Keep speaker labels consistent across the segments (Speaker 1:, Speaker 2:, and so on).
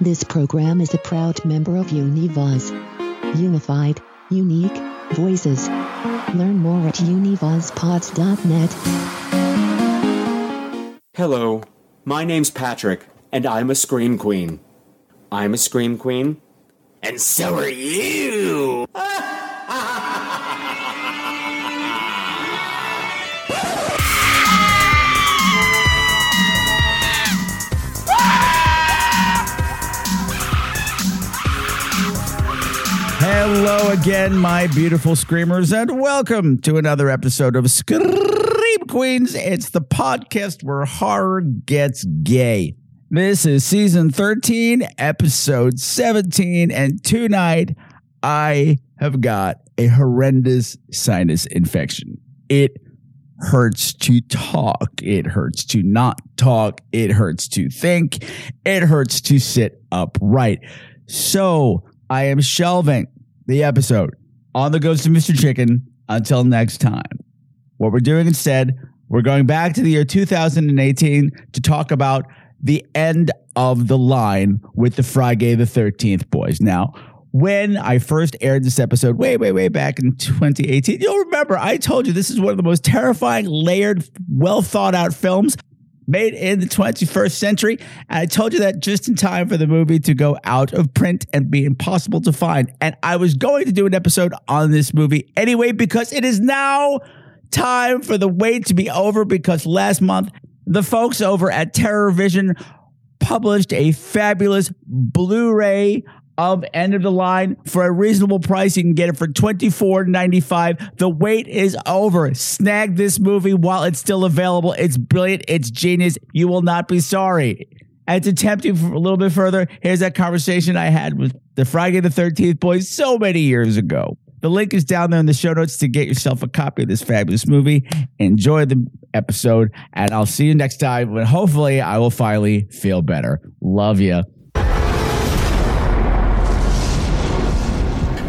Speaker 1: This program is a proud member of Univaz. Unified, unique, voices. Learn more at univazpods.net.
Speaker 2: Hello, my name's Patrick, and I'm a Scream Queen. I'm a Scream Queen, and so are you!
Speaker 3: Hello again, my beautiful screamers, and welcome to another episode of Scream Queens. It's the podcast where horror gets gay. This is season 13, episode 17, and tonight I have got a horrendous sinus infection. It hurts to talk, it hurts to not talk, it hurts to think, it hurts to sit upright. So I am shelving the episode on the Ghost of Mr. Chicken until next time. What we're doing instead, we're going back to the year 2018 to talk about the end of the line with the Friday the 13th boys. Now, when I first aired this episode, way, way, way back in 2018, you'll remember I told you this is one of the most terrifying, layered, well thought out films made in the 21st century. And I told you that just in time for the movie to go out of print and be impossible to find. And I was going to do an episode on this movie anyway because it is now time for the wait to be over because last month the folks over at Terror Vision published a fabulous Blu-ray of End of the Line for a reasonable price. You can get it for $24.95. The wait is over. Snag this movie while it's still available. It's brilliant. It's genius. You will not be sorry. And to tempt you for a little bit further, here's that conversation I had with the Friday the 13th boys so many years ago. The link is down there in the show notes to get yourself a copy of this fabulous movie. Enjoy the episode, and I'll see you next time when hopefully I will finally feel better. Love you.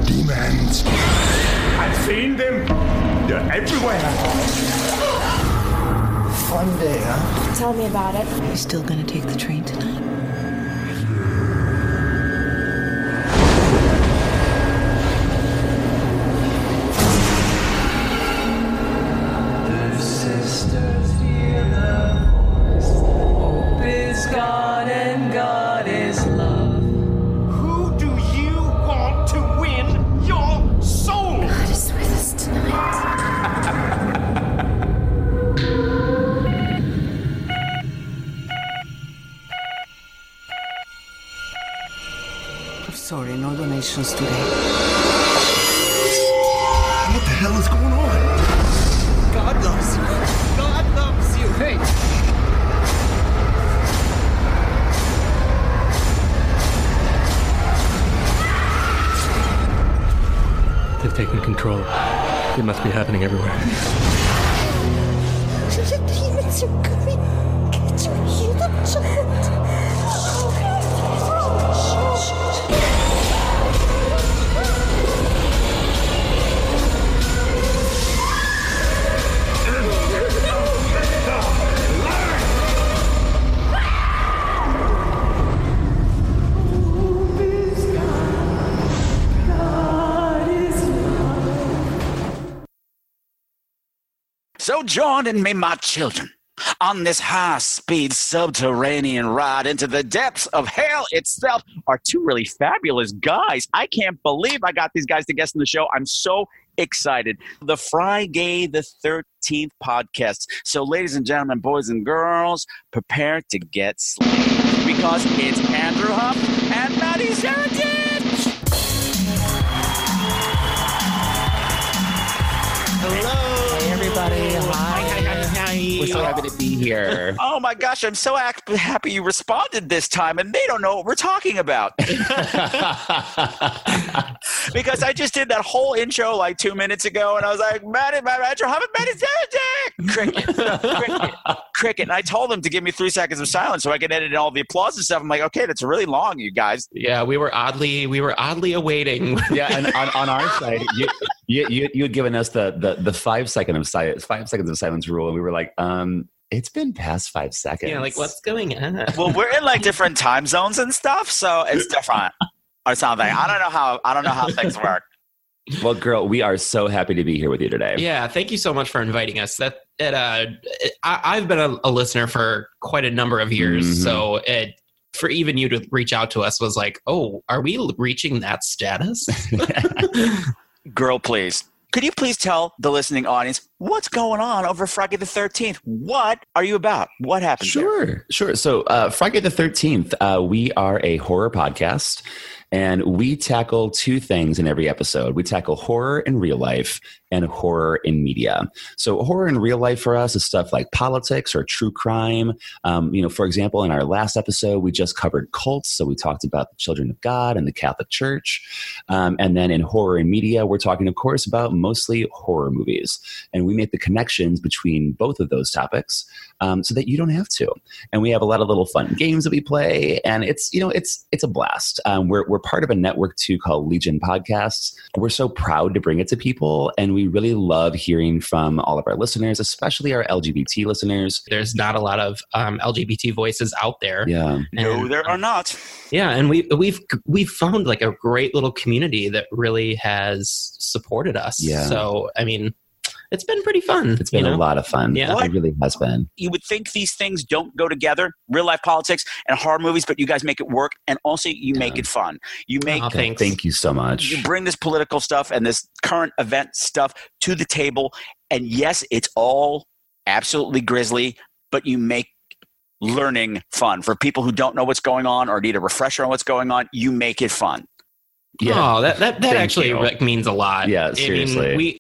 Speaker 4: demons.
Speaker 5: I've seen them. They're everywhere.
Speaker 6: Tell me about it.
Speaker 7: You still gonna take the train tonight?
Speaker 8: sisters hear the voice. Hope is God and God is love.
Speaker 5: Who do you want to win your soul?
Speaker 6: God is with us tonight.
Speaker 7: Sorry, no donations today.
Speaker 4: What the hell is going on?
Speaker 5: God loves you. God loves you. Hey.
Speaker 9: They've taken control. It must be happening everywhere.
Speaker 6: The demons are coming. Can't you hear them, child?
Speaker 10: So join in me, my children, on this high speed subterranean ride into the depths of hell itself are two really fabulous guys. I can't believe I got these guys to guest on the show. I'm so excited. The Friday the 13th podcast. So, ladies and gentlemen, boys and girls, prepare to get slayed because it's Andrew Huff and Maddie Sheraton.
Speaker 7: Hey, everybody. Hi.
Speaker 10: We're so happy to be here. Oh my gosh, I'm so ac- happy you responded this time, and they don't know what we're talking about. because I just did that whole intro like two minutes ago, and I was like, Maddie, Maddie, Maddie, haven't Maddie Cricket, cricket, cricket. And I told them to give me three seconds of silence so I could edit in all the applause and stuff. I'm like, okay, that's really long, you guys.
Speaker 11: Yeah, we were oddly we were oddly awaiting.
Speaker 12: Yeah, and on, on our side, you, you you you had given us the the the five second of silence, five seconds of silence rule, and we were like, um, It's been past five seconds.
Speaker 11: Yeah, like what's going on?
Speaker 10: well, we're in like different time zones and stuff, so it's different or something. I don't know how I don't know how things work.
Speaker 12: Well, girl, we are so happy to be here with you today.
Speaker 11: Yeah, thank you so much for inviting us. That it, uh, it- I, I've been a, a listener for quite a number of years,
Speaker 12: Mhm.
Speaker 11: so it for even you to reach out to us was like, oh, are we l- reaching that status?
Speaker 10: Girl, please. Could you please tell the listening audience what's going on over Friday the 13th? What are you about? What happened? there?
Speaker 12: Sure, sure. So, uh, Friday the 13th, uh, we are a horror podcast and we tackle two things in every episode. We tackle horror in real life and horror in media. So, horror in real life for us is stuff like politics or true crime. Um, you know, for example, in our last episode, we just covered cults. So, we talked about the children of God and the Catholic Church. Um, and then in horror in media, we're talking, of course, about mostly horror movies. And we make the connections between both of those topics um, so that you don't have to. And we have a lot of little fun games that we play, and it's you know it's it's a blast. Um, we're we're part of a network too called Legion Podcasts. We're so proud to bring it to people, and we really love hearing from all of our listeners, especially our LGBT listeners.
Speaker 11: There's not a lot of um, LGBT voices out there.
Speaker 12: Yeah.
Speaker 10: No,
Speaker 11: And-
Speaker 10: there are not.
Speaker 11: yeah, and we we've we've found like a great little community that really has supported us.
Speaker 12: Yeah.
Speaker 11: So I mean, it's been pretty fun.
Speaker 12: It's been
Speaker 11: you
Speaker 12: a
Speaker 11: know?
Speaker 12: lot of fun.
Speaker 11: Yeah.
Speaker 12: It really has been.
Speaker 10: You would think these things don't go together, real life politics and horror movies, but you guys make it work and also you make it fun. You make
Speaker 11: Aw, Oh, thanks.
Speaker 12: Thank you so much.
Speaker 10: you bring this political stuff and this current event stuff to the table and yes it's all absolutely grisly but you make learning fun for people who don't know what's going on or need a refresher on what's going on you make it fun
Speaker 12: Yeah.
Speaker 11: Oh, that that, that
Speaker 12: Thank
Speaker 11: actually
Speaker 12: you.
Speaker 11: like, means a lot.
Speaker 12: Yeah,
Speaker 11: I mean,
Speaker 12: seriously.
Speaker 11: we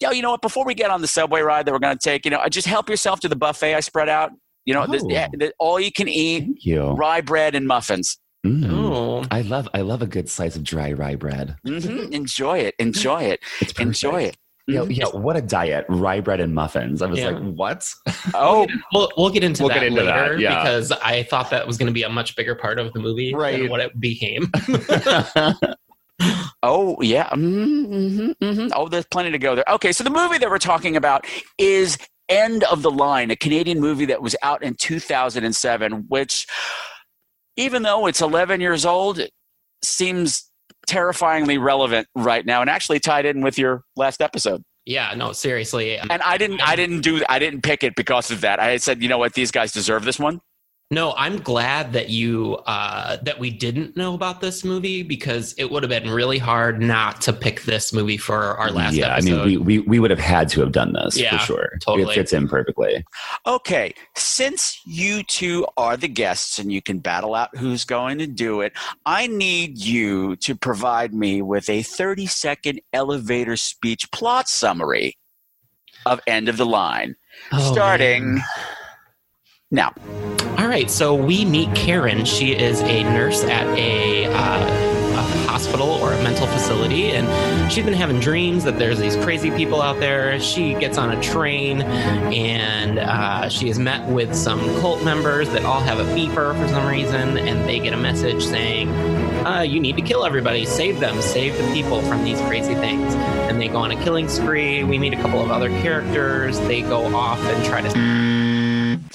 Speaker 10: yo you know what before we get on the subway ride that we're going to take you know just help yourself to the buffet i spread out you know this,
Speaker 12: Oh.
Speaker 10: yeah, the- all you can eat
Speaker 12: Thank you.
Speaker 10: rye bread and muffins
Speaker 12: Mm.
Speaker 11: oh.
Speaker 12: I love I love a good slice of dry rye bread.
Speaker 10: Mhm. enjoy it enjoy it
Speaker 12: It's perfect.
Speaker 10: enjoy it
Speaker 12: Yeah, yeah, what a diet. Rye bread and muffins. I was
Speaker 11: Mm-hmm. Yeah.
Speaker 12: like, what?
Speaker 10: oh
Speaker 11: We'll, we'll get into
Speaker 12: We'll
Speaker 11: that
Speaker 12: get into that,
Speaker 11: later
Speaker 12: yeah.
Speaker 11: because I thought that was going to be a much bigger part of the movie
Speaker 12: Right.
Speaker 11: than what it became.
Speaker 10: Oh yeah. Mm-hmm, hmm Oh, there's plenty to go there. Okay, so the movie that we're talking about is End of the Line, a Canadian movie that was out in 2007, which, even though it's 11 years old, it seems terrifyingly relevant right now, and actually tied in with your last episode.
Speaker 11: yeah, no, seriously. Um,
Speaker 10: And I didn't, I didn't do, I didn't pick it because of that. I said, you know what, these guys deserve this one.
Speaker 11: No, I'm glad that you uh, that we didn't know about this movie because it would have been really hard not to pick this movie for our last
Speaker 12: yeah,
Speaker 11: episode.
Speaker 12: I mean, we, we we would have had to have done this
Speaker 11: Yeah,
Speaker 12: for sure.
Speaker 11: totally.
Speaker 12: It fits in perfectly.
Speaker 10: Okay, since you two are the guests and you can battle out who's going to do it, I need you to provide me with a 30 second elevator speech plot summary of End of the Line,
Speaker 11: Oh,
Speaker 10: starting
Speaker 11: man.
Speaker 10: now.
Speaker 11: All right, so we meet Karen. She is a nurse at a, uh, a hospital or a mental facility, and she's been having dreams that there's these crazy people out there. She gets on a train, and uh, she is met with some cult members that all have a beeper for some reason, and they get a message saying, uh, "You need to kill everybody, save them, save the people from these crazy things." And they go on a killing spree. We meet a couple of other characters. They go off and try to.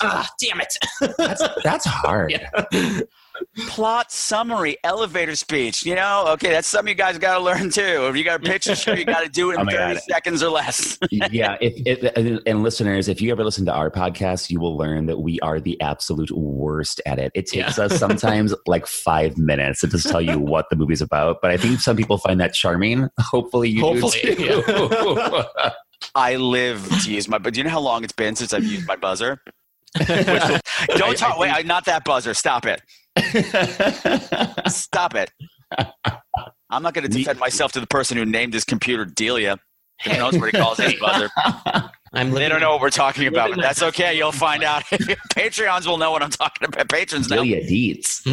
Speaker 11: Ah, damn it!
Speaker 12: That's that's hard.
Speaker 11: Yeah.
Speaker 10: Plot summary, elevator speech. You know, okay, that's something you guys got to learn too. If you got a picture show, you got to do it
Speaker 12: Oh
Speaker 10: in
Speaker 12: my
Speaker 10: 30
Speaker 12: God.
Speaker 10: seconds or less.
Speaker 12: yeah if, if, and- and listeners if you ever listen to our podcast you will learn that we are the absolute worst at it it takes us sometimes like five minutes to just tell you what the movie's about but i think some people find that charming hopefully you do
Speaker 11: Hopefully,
Speaker 12: too.
Speaker 10: I live to use my, but do you know how long it's been since I've used my buzzer? Don't talk. wait, I, not that buzzer. Stop it. Stop it. I'm not going to
Speaker 12: Me-
Speaker 10: defend myself to the person who named his computer Delia. Who knows what he calls his buzzer?
Speaker 11: I'm
Speaker 10: They
Speaker 11: living,
Speaker 10: don't know what we're talking about,
Speaker 11: Living
Speaker 10: but
Speaker 11: my-
Speaker 10: that's okay. You'll find out. Patreons will know what I'm talking about. Patrons know.
Speaker 12: Delia Dietz.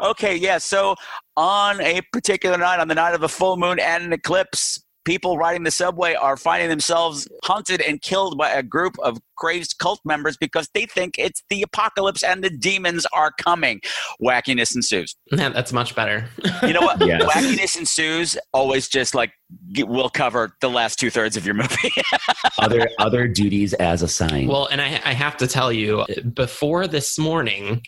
Speaker 10: okay, yeah. So on a particular night, on the night of a full moon and an eclipse, people riding the subway are finding themselves hunted and killed by a group of crazed cult members because they think it's the apocalypse and the demons are coming. Wackiness ensues.
Speaker 11: Man, that's much better.
Speaker 10: You know what? Yes. Wackiness ensues always just like we'll cover the last two thirds of your movie.
Speaker 12: other other duties as assigned.
Speaker 11: Well, and I, I have to tell you, before this morning,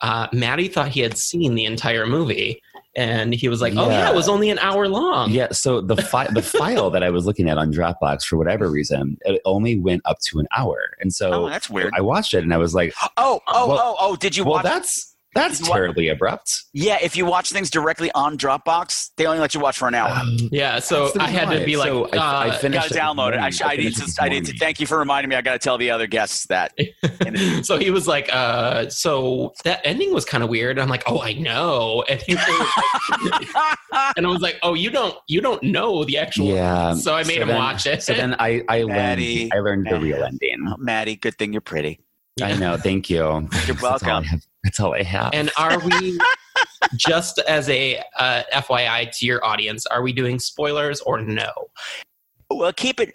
Speaker 11: uh, Maddie thought he had seen the entire movie and he was like, "Oh yeah, yeah it was only an hour long."
Speaker 12: Yeah. So the fi- the file that I was looking at on Dropbox for whatever reason, it only went up to an hour, and so
Speaker 10: oh, that's weird.
Speaker 12: I watched it and I was like,
Speaker 10: "Oh, oh, well, oh, oh!" Did you?
Speaker 12: Well,
Speaker 10: watch-
Speaker 12: that's. That's terribly watch- abrupt.
Speaker 10: Yeah, if you watch things directly on Dropbox, they only let you watch for an hour. Um,
Speaker 11: yeah, so I had right. to be like, so uh,
Speaker 10: I, I finished gotta download morning. it. I, sh- I, I need to. I need to. Thank you for reminding me. I got to tell the other guests that.
Speaker 11: so he was like, uh, "So that ending was kind of weird." I'm like, "Oh, I know," and he was, and I was like, "Oh, you don't. You don't know the actual."
Speaker 12: Yeah.
Speaker 11: Ending. So I made so him
Speaker 12: then,
Speaker 11: watch it.
Speaker 12: So then I, I Maddie, learned. I learned Maddie, the real ending.
Speaker 10: Oh, Maddie, good thing you're pretty.
Speaker 12: Yeah. I know. Thank you. You're
Speaker 10: That's welcome.
Speaker 12: All That's all I have.
Speaker 11: And are we, just as a uh, FYI to your audience, are we doing spoilers or no?
Speaker 10: Well, keep it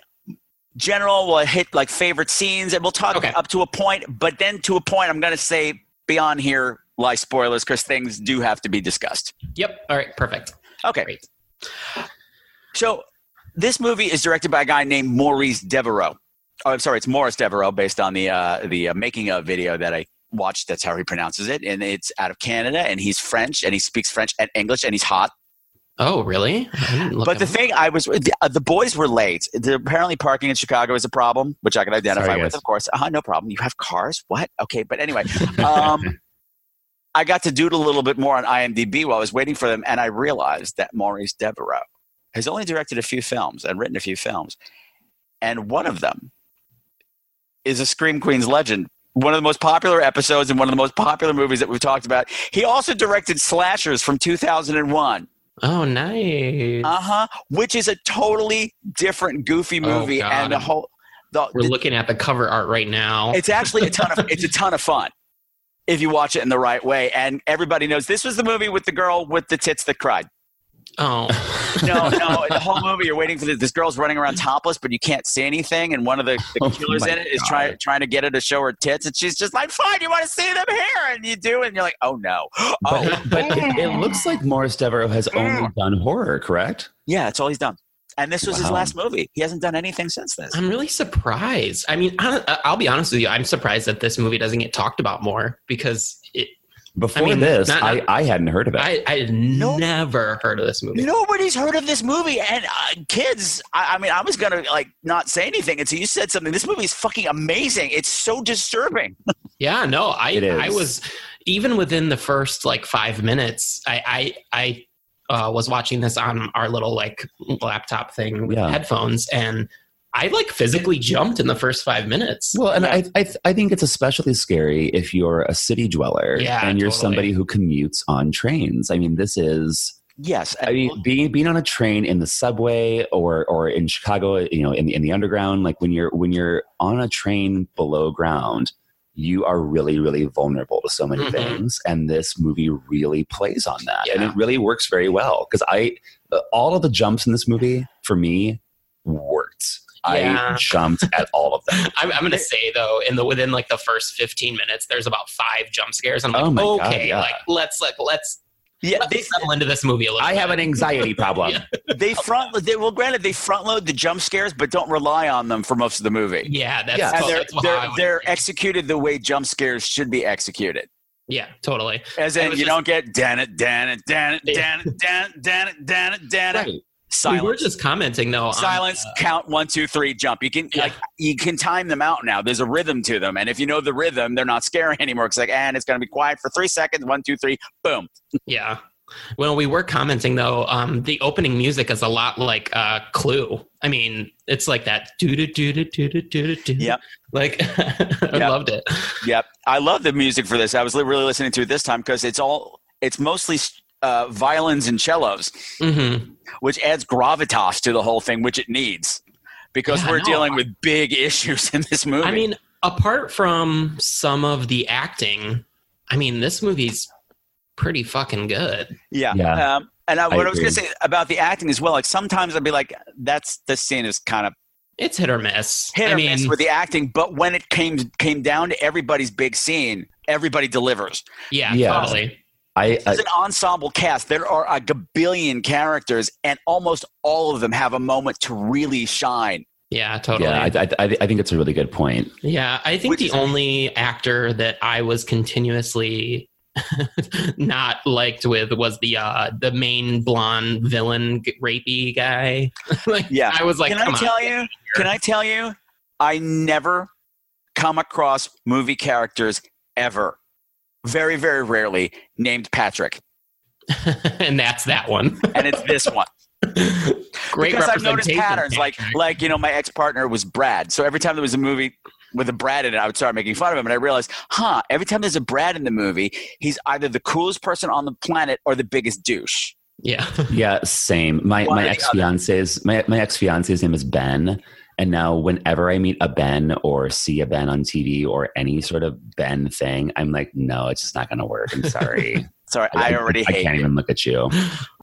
Speaker 10: general. We'll hit like favorite scenes and we'll talk okay. up to a point. But then to a point, I'm going to say beyond here lie spoilers because things do have to be discussed.
Speaker 11: Yep. All right. Perfect.
Speaker 10: Okay.
Speaker 11: Great.
Speaker 10: So this movie is directed by a guy named Maurice Devereaux. Oh, I'm sorry. It's Morris Devereaux, based on the uh, the uh, making of video that I watched. That's how he pronounces it, and it's out of Canada, and he's French, and he speaks French and English, and he's hot.
Speaker 11: Oh, really?
Speaker 10: But the up. thing I was the, uh, the boys were late. The, apparently, parking in Chicago is a problem, which I can identify sorry, with, guys. of course. Uh, uh-huh, no problem. You have cars? What? Okay, but anyway. Um, I got to doodle a little bit more on IMDb while I was waiting for them, and I realized that Maurice Devereaux has only directed a few films and written a few films. And one of them is a Scream Queens legend. One of the most popular episodes and one of the most popular movies that we've talked about. He also directed Slashers from 2001.
Speaker 11: Oh, nice.
Speaker 10: Uh huh. Which is a totally different, goofy movie, oh, and the whole. The,
Speaker 11: We're
Speaker 10: the,
Speaker 11: looking at the cover art right now.
Speaker 10: It's actually a ton of it's a ton of fun if you watch it in the right way. And everybody knows this was the movie with the girl with the tits that cried.
Speaker 11: Oh.
Speaker 10: no, no. The whole movie, you're waiting for this, this, girl's running around topless, but you can't see anything. And one of the, the killers oh in it is trying trying to get her to show her tits, and she's just like, "Fine, you want to see them here?" And you do, and you're like, "Oh no!" Oh. Mm.
Speaker 12: But, but it, it, looks like Morris Devereaux has only done horror, correct?
Speaker 10: Yeah, that's all he's done. And this was wow. his last movie. He hasn't done anything since this.
Speaker 11: I'm really surprised. I mean, I, I'll be honest with you. I'm surprised that this movie doesn't get talked about more because it,
Speaker 12: before I mean, this, not, I, I hadn't heard of it.
Speaker 11: I, I had no, never heard of this movie.
Speaker 10: Nobody's heard of this movie. And uh, kids, I, I, mean, I was going to like not say anything until you said something. This movie is fucking amazing. It's so disturbing.
Speaker 11: yeah, no, I, I was, even within the first like five minutes, I, I, I uh, was watching this on our little like laptop thing with yeah. headphones and I like physically jumped in the first five minutes.
Speaker 12: Well, and yeah. I, I, I think it's especially scary if you're a city dweller
Speaker 11: yeah,
Speaker 12: and you're
Speaker 11: totally.
Speaker 12: somebody who commutes on trains. I mean, this is
Speaker 10: yes.
Speaker 12: I mean, being being on a train in the subway or or in Chicago, you know, in the in the underground, like when you're when you're on a train below ground, you are really really vulnerable to so many mm-hmm. things, and this movie really plays on that, yeah. and it really works very well because I uh, all of the jumps in this movie for me worked. Yeah. I jumped at all of them.
Speaker 11: I'm, I'm going to say though, in the within like the first 15 minutes, there's about five jump scares. I'm like, oh okay, God, yeah. like let's like let's. Yeah, let's they settle into this movie a little.
Speaker 12: I
Speaker 11: bit.
Speaker 12: have an anxiety problem.
Speaker 10: yeah. They front they, well, granted, they front load the jump scares, but don't rely on them for most of the movie.
Speaker 11: Yeah, that's yeah. Totally,
Speaker 10: they're
Speaker 11: that's
Speaker 10: they're, they're executed the way jump scares should be executed.
Speaker 11: Yeah, totally.
Speaker 10: As in, you just, don't get dan it, dan it, dan it, dan it, dan it, dan it, dan it, dan it. Right. Silence.
Speaker 11: We were just commenting though.
Speaker 10: Silence. On, uh, count one, two, three. Jump. You can yeah. like you can time them out now. There's a rhythm to them, and if you know the rhythm, they're not scary anymore. It's like, and it's going to be quiet for three seconds. One, two, three. Boom.
Speaker 11: Yeah. Well, we were commenting though. Um, the opening music is a lot like uh, Clue. I mean, it's like that. Do do do do do do do do.
Speaker 10: Yep.
Speaker 11: Like I
Speaker 10: yep.
Speaker 11: loved it.
Speaker 10: Yep. I love the music for this. I was really listening to it this time because it's all. It's mostly uh, violins and cellos,
Speaker 11: mm-hmm.
Speaker 10: which adds gravitas to the whole thing, which it needs because yeah, we're no, dealing I, with big issues in this movie. I
Speaker 11: mean, apart from some of the acting, I mean, this movie's pretty fucking good.
Speaker 10: Yeah. yeah. Um, And I,
Speaker 12: I
Speaker 10: what I was
Speaker 12: agree.
Speaker 10: going to say about the acting as well, like sometimes I'd be like, "That's the scene is kind of
Speaker 11: It's hit or miss.
Speaker 10: hit
Speaker 11: I
Speaker 10: or
Speaker 11: mean,
Speaker 10: miss with the acting," but when it came came down to everybody's big scene, everybody delivers.
Speaker 11: yeah,
Speaker 12: Yeah.
Speaker 11: totally.
Speaker 12: I, uh, I
Speaker 10: It's an ensemble cast. There are a gabillion characters, and almost all of them have a moment to really shine.
Speaker 11: Yeah, totally.
Speaker 12: yeah, I, I, I I think it's a really good point.
Speaker 11: Yeah, I think
Speaker 10: Which
Speaker 11: the
Speaker 10: is-
Speaker 11: only actor that I was continuously not liked with was the uh the main blonde villain g- rapey guy. like,
Speaker 10: Yeah.
Speaker 11: I was like,
Speaker 10: Can I
Speaker 11: come on.
Speaker 10: tell you? Can I tell you? I never come across movie characters ever, very, very rarely named Patrick,
Speaker 11: and that's that one.
Speaker 10: and it's this one
Speaker 11: Great
Speaker 10: because I've noticed
Speaker 11: representation.
Speaker 10: patterns. Like, like you know, my ex partner was Brad, so every time there was a movie with a Brad in it, I would start making fun of him, and I realized, huh? Every time there's a Brad in the movie, he's either the coolest person on the planet or the biggest douche.
Speaker 11: yeah,
Speaker 12: Yeah, same. My
Speaker 10: One or
Speaker 12: my
Speaker 10: the
Speaker 12: ex fiance's my my ex fiance's name is Ben, and now whenever I meet a Ben or see a Ben on TV or any sort of Ben thing, I'm like, no, it's just not going to work. I'm sorry.
Speaker 10: Sorry, I, already
Speaker 12: I
Speaker 10: hate.
Speaker 12: can't
Speaker 10: you.
Speaker 12: even look at you.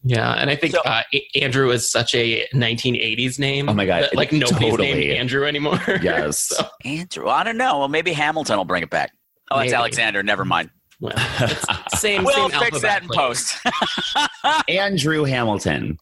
Speaker 11: yeah, and I think
Speaker 10: So-
Speaker 11: uh, A- Andrew is such a 1980s name.
Speaker 12: Oh my God,
Speaker 11: that, like nobody's
Speaker 12: totally.
Speaker 11: named Andrew anymore.
Speaker 12: Yes.
Speaker 11: So,
Speaker 10: Andrew, I don't know. Well, maybe Hamilton will bring it back. Oh, that's
Speaker 11: Maybe.
Speaker 10: Alexander. Never mind.
Speaker 11: well, it's same.
Speaker 10: We'll
Speaker 11: same
Speaker 10: fix that in
Speaker 11: alphabet,
Speaker 10: post.
Speaker 12: Andrew Hamilton.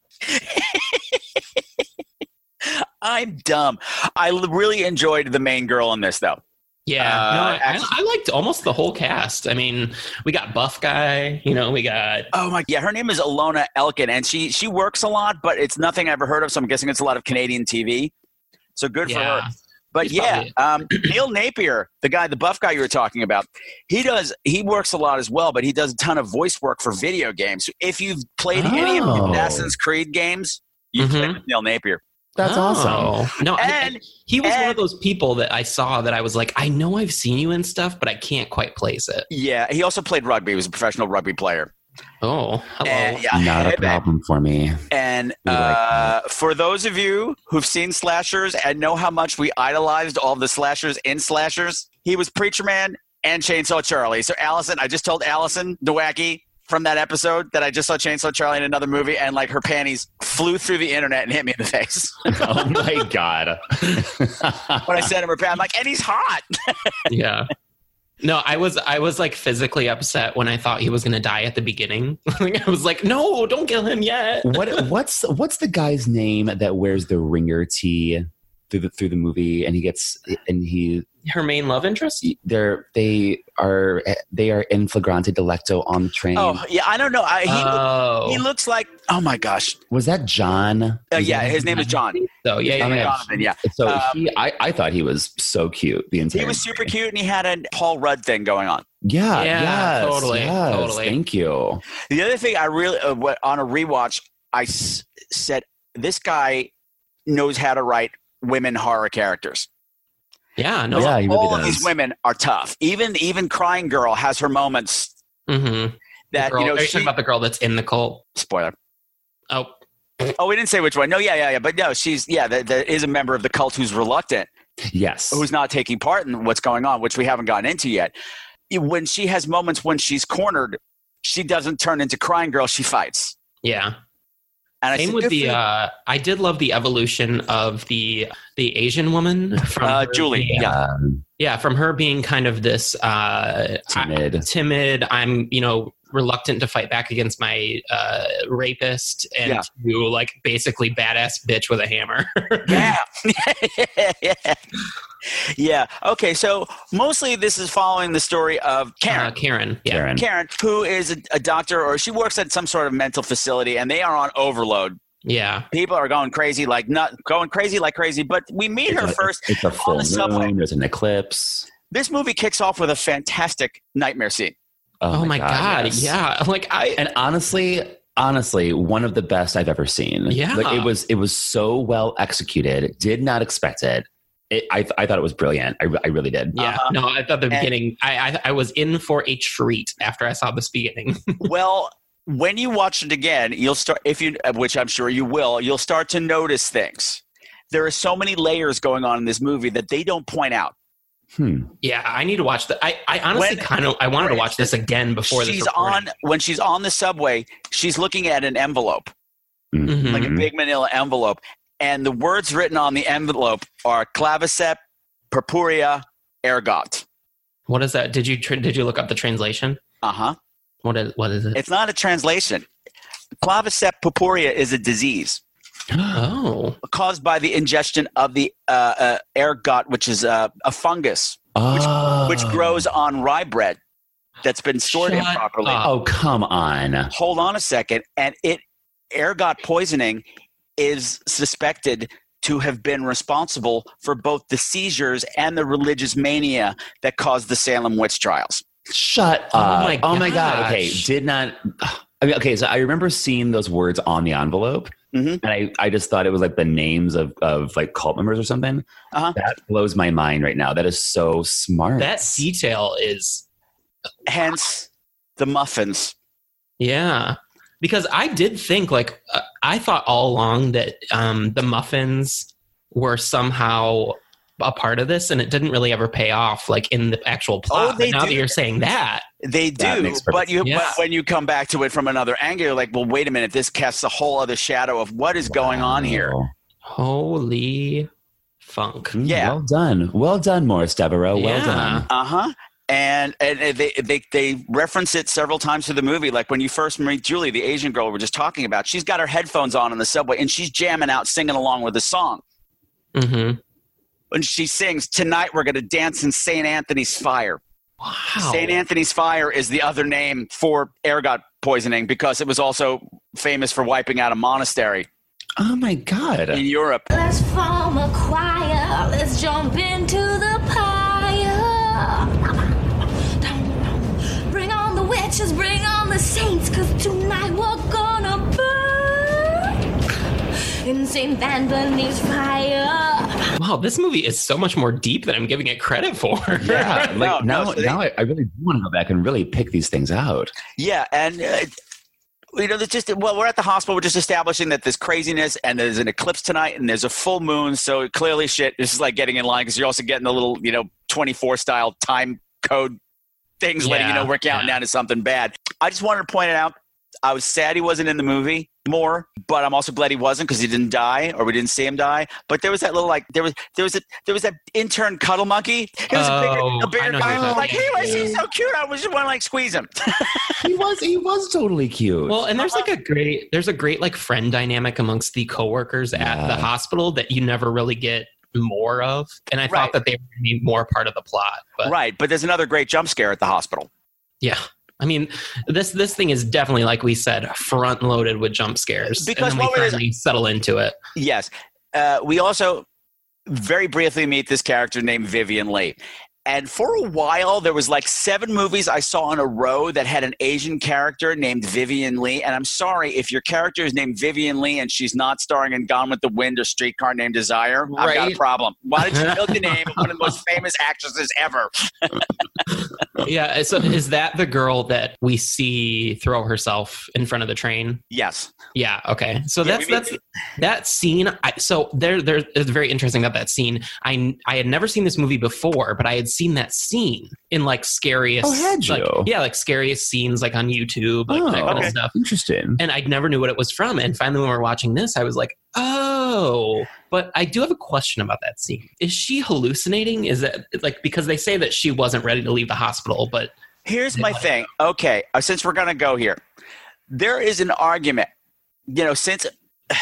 Speaker 10: I'm dumb. I l- really enjoyed the main girl in this, though.
Speaker 11: Yeah,
Speaker 10: Uh,
Speaker 11: no, I-
Speaker 10: actually-
Speaker 11: I, I liked almost the whole cast. I mean, we got Buff Guy, you know, we got
Speaker 10: Oh my! Yeah, her name is Alona Elkin, and she she works a lot, but it's nothing I ever heard of. So I'm guessing it's a lot of Canadian TV. So good
Speaker 11: yeah,
Speaker 10: for her. But
Speaker 11: She's
Speaker 10: yeah, um, Neil Napier, the guy, the buff guy you were talking about, he does he works a lot as well, but he does a ton of voice work for video games. If you've played any of the
Speaker 12: Oh.
Speaker 10: Assassin's Creed games, you
Speaker 11: Mhm.
Speaker 10: played with Neil Napier.
Speaker 12: That's
Speaker 11: Oh.
Speaker 12: awesome.
Speaker 11: No, I- I-
Speaker 10: And
Speaker 11: he was one
Speaker 10: and-
Speaker 11: of those people that I saw that I was like, I know I've seen you in stuff, but I can't quite place it.
Speaker 10: Yeah, he also played rugby. He was a professional rugby player.
Speaker 11: Oh, hello.
Speaker 10: And, uh, yeah,
Speaker 12: Not
Speaker 10: hey,
Speaker 12: a
Speaker 10: man.
Speaker 12: problem for me.
Speaker 10: And
Speaker 12: We like
Speaker 10: uh, for those of you who've seen slashers and know how much we idolized all the slashers in slashers, he was Preacher Man and Chainsaw Charlie. So Allison, I just told Allison Dwacky from that episode that I just saw Chainsaw Charlie in another movie, and like her panties flew through the internet and hit me in the face.
Speaker 12: oh my god.
Speaker 10: when I sent him her pants, I'm like, and he's hot.
Speaker 11: yeah. No, I was I was like physically upset when I thought he was gonna die at the beginning. Like, I was like, no, don't kill him yet.
Speaker 12: what what's what's the guy's name that wears the ringer tee through the through the movie and he gets and he
Speaker 11: Her main love interest?
Speaker 12: they're they are they are in flagrante delicto on the train.
Speaker 10: Oh yeah, I don't know. I, he, look-
Speaker 11: oh,
Speaker 10: he looks like oh my gosh.
Speaker 12: Was that John?
Speaker 10: Uh,
Speaker 12: Was
Speaker 10: yeah,
Speaker 12: that-
Speaker 10: his name is John.
Speaker 11: so yeah, yeah,
Speaker 12: Oh my
Speaker 11: yeah.
Speaker 10: Donovan, yeah.
Speaker 12: So
Speaker 10: um,
Speaker 12: he, I, I thought he was so cute the entire.
Speaker 10: He was super cute and he had a Paul Rudd thing going on.
Speaker 12: Yeah,
Speaker 11: Yeah,
Speaker 12: yes,
Speaker 11: totally,
Speaker 12: yes,
Speaker 11: totally.
Speaker 12: Thank you.
Speaker 10: The other thing I really, uh, what- on a rewatch, I s- said, this guy knows how to write women horror characters.
Speaker 11: Yeah, no.
Speaker 12: yeah, he really
Speaker 10: All of
Speaker 12: does.
Speaker 10: these women are tough. Even even Crying Girl has her moments
Speaker 11: Mm-hmm.
Speaker 10: that,
Speaker 11: girl,
Speaker 10: you know,
Speaker 11: are you
Speaker 10: she-
Speaker 11: talking about the girl that's in the cult?
Speaker 10: spoiler.
Speaker 11: Oh,
Speaker 10: Oh, we didn't say which one. No, yeah, yeah, yeah. But no, she's, yeah, there, there is a member of the cult who's reluctant,
Speaker 12: yes.
Speaker 10: who's not taking part in what's going on, which we haven't gotten into yet. When she has moments when she's cornered, she doesn't turn into Crying Girl, she fights.
Speaker 11: yeah.
Speaker 10: And I
Speaker 11: Same
Speaker 10: said,
Speaker 11: with
Speaker 10: "Good
Speaker 11: the.
Speaker 10: for you."
Speaker 11: Uh, I did love the evolution of the the Asian woman from
Speaker 10: Uh,
Speaker 11: her
Speaker 10: Julie,
Speaker 11: being-
Speaker 10: yeah.
Speaker 12: Um,
Speaker 11: yeah, from her being kind of this uh,
Speaker 12: Timid.
Speaker 11: I- timid. I'm you know reluctant to fight back against my uh, rapist, and
Speaker 10: Yeah.
Speaker 11: to like basically badass bitch with a hammer. Uh,
Speaker 10: Yeah. yeah. Okay. So mostly this is following the story of
Speaker 11: Uh,
Speaker 10: Karen.
Speaker 11: Karen. Yeah.
Speaker 12: Karen.
Speaker 10: Karen, who is a, a doctor or she works at some sort of mental facility and they are on overload.
Speaker 11: Yeah.
Speaker 10: People are going crazy, like not going crazy like crazy, but we meet
Speaker 12: It's
Speaker 10: her
Speaker 12: a-
Speaker 10: first.
Speaker 12: It's a full
Speaker 10: the subway.
Speaker 12: moon. There's an eclipse.
Speaker 10: This movie kicks off with a fantastic nightmare scene.
Speaker 11: Oh, my god.
Speaker 12: yes.
Speaker 11: Yeah. Like I.
Speaker 12: And honestly, honestly, one of the best I've ever seen.
Speaker 11: Yeah.
Speaker 12: like it was it was so well executed. Did not expect it. it I I thought it was brilliant. I, re- I really did.
Speaker 11: yeah,
Speaker 10: Uh-huh.
Speaker 11: no, I thought the
Speaker 10: And-
Speaker 11: beginning, I, I I was in for a treat after I saw this beginning.
Speaker 10: well, when you watch it again, you'll start, if you, uh, which I'm sure you will, you'll start to notice things. There are so many layers going on in this movie that they don't point out.
Speaker 12: Hmm.
Speaker 11: Yeah, I need to watch that. I, I honestly
Speaker 10: When-
Speaker 11: kind of I wanted to watch this again before this.
Speaker 10: she's
Speaker 11: recording.
Speaker 10: on when she's on the subway she's looking at an envelope like a
Speaker 11: Mm-hmm.
Speaker 10: big manila envelope and the words written on the envelope are clavicep purpurea ergot
Speaker 11: What is that? Did you tr- did you look up the translation?
Speaker 10: uh-huh
Speaker 11: What is what is it?
Speaker 10: it's not a translation clavicep purpurea is a disease
Speaker 11: oh,
Speaker 10: caused by the ingestion of the uh, uh, ergot which is uh, a fungus
Speaker 11: Oh.
Speaker 10: which grows on rye bread that's been stored
Speaker 12: Shut
Speaker 10: improperly
Speaker 12: up. Oh, come on.
Speaker 10: hold on a second and it ergot poisoning is suspected to have been responsible for both the seizures and the religious mania that caused the Salem witch trials.
Speaker 12: Shut
Speaker 11: Oh
Speaker 12: up.
Speaker 11: my
Speaker 12: oh my god. Okay,
Speaker 11: gosh.
Speaker 12: did not. I mean, okay, so I remember seeing those words on the envelope,
Speaker 10: Mhm.
Speaker 12: and I, I just thought it was like the names of, of like cult members or something.
Speaker 10: Uh-huh.
Speaker 12: That blows my mind right now. That is so smart.
Speaker 11: that detail is
Speaker 10: Hence the muffins.
Speaker 11: yeah. Because I did think like uh, I thought all along that um, the muffins were somehow a part of this, and it didn't really ever pay off like in the actual plot.
Speaker 10: Oh, they
Speaker 11: but now that
Speaker 10: do.
Speaker 11: you're saying that,
Speaker 10: They
Speaker 12: That
Speaker 10: do,
Speaker 12: makes perfect
Speaker 10: but you
Speaker 11: sense.
Speaker 10: but when you come back to it from another angle, you're like, well, wait a minute, this casts a whole other shadow of what is going on here.
Speaker 12: Wow.
Speaker 11: holy funk!
Speaker 12: Mm,
Speaker 10: Yeah.
Speaker 12: Well done. Well done, Morris Devereaux. Well
Speaker 11: Yeah.
Speaker 12: done.
Speaker 10: Uh huh. And and they, they they reference it several times through the movie. Like when you first meet Julie, the Asian girl we're just talking about, she's got her headphones on in the subway and she's jamming out, singing along with the song.
Speaker 11: Mm-hmm.
Speaker 10: When she sings, "Tonight we're going to dance in St. Anthony's fire."
Speaker 11: Wow.
Speaker 10: St. Anthony's fire is the other name for ergot poisoning because it was also famous for wiping out a monastery
Speaker 12: Oh my god.
Speaker 10: in Europe.
Speaker 6: Let's form a choir. Let's jump into the pyre. Bring on the witches, bring on the saints, cause tonight we're gonna burn in St. Anthony's fire.
Speaker 11: Wow, this movie is so much more deep than I'm giving it credit for.
Speaker 12: Yeah, like
Speaker 10: No, no,
Speaker 12: now,
Speaker 10: so they-
Speaker 12: now I, I really do want to go back and really pick these things out.
Speaker 10: Yeah, and uh, you know, there's just well, we're at the hospital. We're just establishing that there's craziness, and there's an eclipse tonight, and there's a full moon. So clearly, shit, this is like getting in line because you're also getting the little, you know, 24 style time code things letting you
Speaker 11: Yeah,
Speaker 10: know we're counting
Speaker 11: yeah.
Speaker 10: down to something bad. I just wanted to point it out. I was sad he wasn't in the movie more, but I'm also glad he wasn't because he didn't die or we didn't see him die. But there was that little like there was there was a there was that intern cuddle monkey. He was
Speaker 11: Oh,
Speaker 10: a
Speaker 11: I
Speaker 10: bigger, a
Speaker 11: know
Speaker 10: bigger
Speaker 11: who
Speaker 10: guy.
Speaker 11: you're
Speaker 10: Like
Speaker 11: talking
Speaker 10: he was
Speaker 11: about.
Speaker 10: he's so cute. I was just want to like squeeze him.
Speaker 12: He was he was totally cute.
Speaker 11: Well, and there's like a great there's a great like friend dynamic amongst the coworkers at the
Speaker 12: Yeah.
Speaker 11: hospital that you never really get more of. And I
Speaker 10: Right.
Speaker 11: thought that they would be more part of the plot. But
Speaker 10: right, but there's another great jump scare at the hospital.
Speaker 11: yeah. I mean, this this thing is definitely, like we said, front loaded with jump scares.
Speaker 10: Because
Speaker 11: and then
Speaker 10: what
Speaker 11: we
Speaker 10: was-
Speaker 11: finally settle into it.
Speaker 10: Yes. Uh, we also very briefly meet this character named Vivian Lee. And for a while, there was like seven movies I saw in a row that had an Asian character named Vivian Lee. And I'm sorry if your character is named Vivian Lee and she's not starring in Gone with the Wind or Streetcar Named Desire. I've got a
Speaker 11: Right.
Speaker 10: problem. Why did you build the name of one of the most famous actresses ever?
Speaker 11: Yeah. So is that the girl that we see throw herself in front of the train?
Speaker 10: Yes.
Speaker 11: Yeah. Okay. So
Speaker 10: Yeah,
Speaker 11: that's
Speaker 10: we made-
Speaker 11: that's that scene. I, so there, there. It's very interesting that that scene. I I had never seen this movie before, but I had seen that scene in like scariest.
Speaker 12: Oh, had
Speaker 11: like-
Speaker 12: you?
Speaker 11: yeah, like scariest scenes, like on YouTube, like that
Speaker 12: Oh,
Speaker 11: kind
Speaker 12: okay.
Speaker 11: of stuff.
Speaker 12: Interesting.
Speaker 11: And I never knew what it was from. And finally, when we were watching this, I was like, oh. But I do have a question about that scene. Is she hallucinating? Is that like because they say that she wasn't ready to leave the hospital, but
Speaker 10: Here's my thing. Okay, uh, since we're gonna go here, there is an argument. You know, since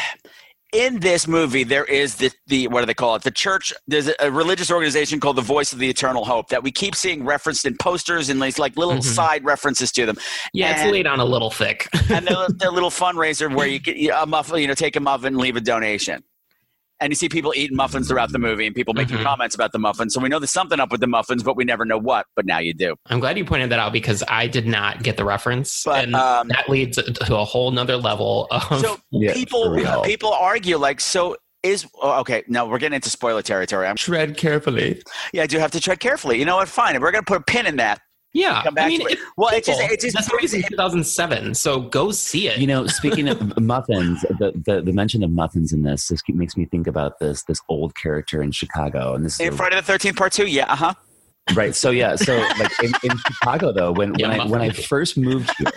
Speaker 10: in this movie there is the the what do they call it? The church. There's a, a religious organization called the Voice of the Eternal Hope that we keep seeing referenced in posters and these like little
Speaker 11: Mhm.
Speaker 10: side references to them.
Speaker 11: yeah,
Speaker 10: And-
Speaker 11: it's laid on a little thick.
Speaker 10: And their, their little fundraiser where you get you- a muffin, you know, take a muffin, leave a donation. And you see people eating muffins throughout the movie and people making
Speaker 11: Mhm.
Speaker 10: comments about the muffins. So we know there's something up with the muffins, but we never know what. But now you do.
Speaker 11: I'm glad you pointed that out because I did not get the reference,
Speaker 10: But,
Speaker 11: and
Speaker 10: um,
Speaker 11: that leads to a whole nother level of
Speaker 10: so
Speaker 12: Yeah, for
Speaker 10: people
Speaker 12: real.
Speaker 10: people argue like so is oh, okay no we're getting into spoiler territory I'm,
Speaker 12: Tread carefully.
Speaker 10: yeah i do have to tread carefully you know what fine we're gonna put a pin in that
Speaker 11: yeah.
Speaker 10: come back
Speaker 11: I mean,
Speaker 10: to it.
Speaker 11: it,
Speaker 10: Well, it just-
Speaker 11: people-
Speaker 10: it just
Speaker 11: this
Speaker 10: proves
Speaker 11: movie's in 2007, so go see it.
Speaker 12: You know, speaking of muffins, the, the the mention of muffins in this this makes me think about this this old character in Chicago, and this is
Speaker 10: in
Speaker 12: a-
Speaker 10: friday the 13th part 2 yeah uh-huh
Speaker 12: Right. So yeah. So like in, in Chicago though, when, when
Speaker 10: Yeah,
Speaker 12: I when I
Speaker 10: muffins.
Speaker 12: first moved here,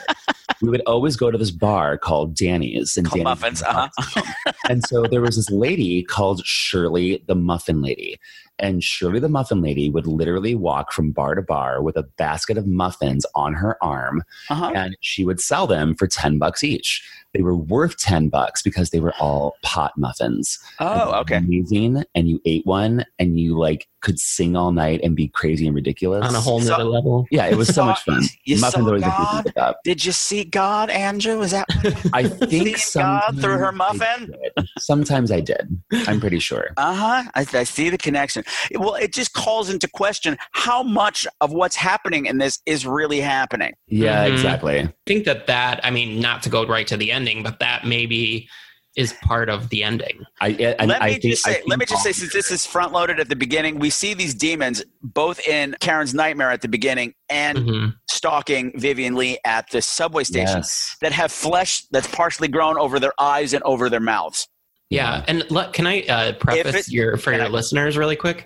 Speaker 12: we would always go to this bar called Danny's and Danny's
Speaker 10: muffins.
Speaker 11: uh-huh.
Speaker 10: Uh huh.
Speaker 12: and so there was this lady called Shirley the Muffin Lady. And Shirley the Muffin Lady would literally walk from bar to bar with a basket of muffins on her arm.
Speaker 10: Uh-huh.
Speaker 12: And she would sell them for 10 bucks each. They were worth 10 bucks because they were all pot muffins.
Speaker 10: Oh,
Speaker 12: okay. Amazing. And you ate one and you like could sing all night and be crazy and ridiculous.
Speaker 11: On a whole nother So- level.
Speaker 12: Yeah, it was so
Speaker 10: Saw-
Speaker 12: much fun.
Speaker 10: you
Speaker 12: muffins
Speaker 10: saw
Speaker 12: always make me
Speaker 10: God?
Speaker 12: think about.
Speaker 10: Did you see God, Andrew? Is that
Speaker 12: I think
Speaker 10: God through her
Speaker 12: sometimes
Speaker 10: muffin?
Speaker 12: Sometimes I did. I'm pretty sure.
Speaker 10: Uh huh. I, I see the connection. It- Well, it just calls into question how much of what's happening in this is really happening.
Speaker 12: Yeah,
Speaker 11: Mhm.
Speaker 10: Mm-hmm.
Speaker 12: exactly.
Speaker 11: I think that that, I mean, not to go right to the ending, but that maybe is part of the ending.
Speaker 12: I, and
Speaker 10: let me just say, let me just say, since this is front loaded at the beginning, we see these demons both in Karen's nightmare at the beginning and
Speaker 11: Mm-hmm.
Speaker 10: stalking Vivian Lee at the subway station
Speaker 12: Mm-hmm. Yes.
Speaker 10: that have flesh that's partially grown over their eyes and over their mouths.
Speaker 11: Yeah, and look, can I uh, preface
Speaker 10: it- Mm-hmm.
Speaker 11: your for your listeners really quick?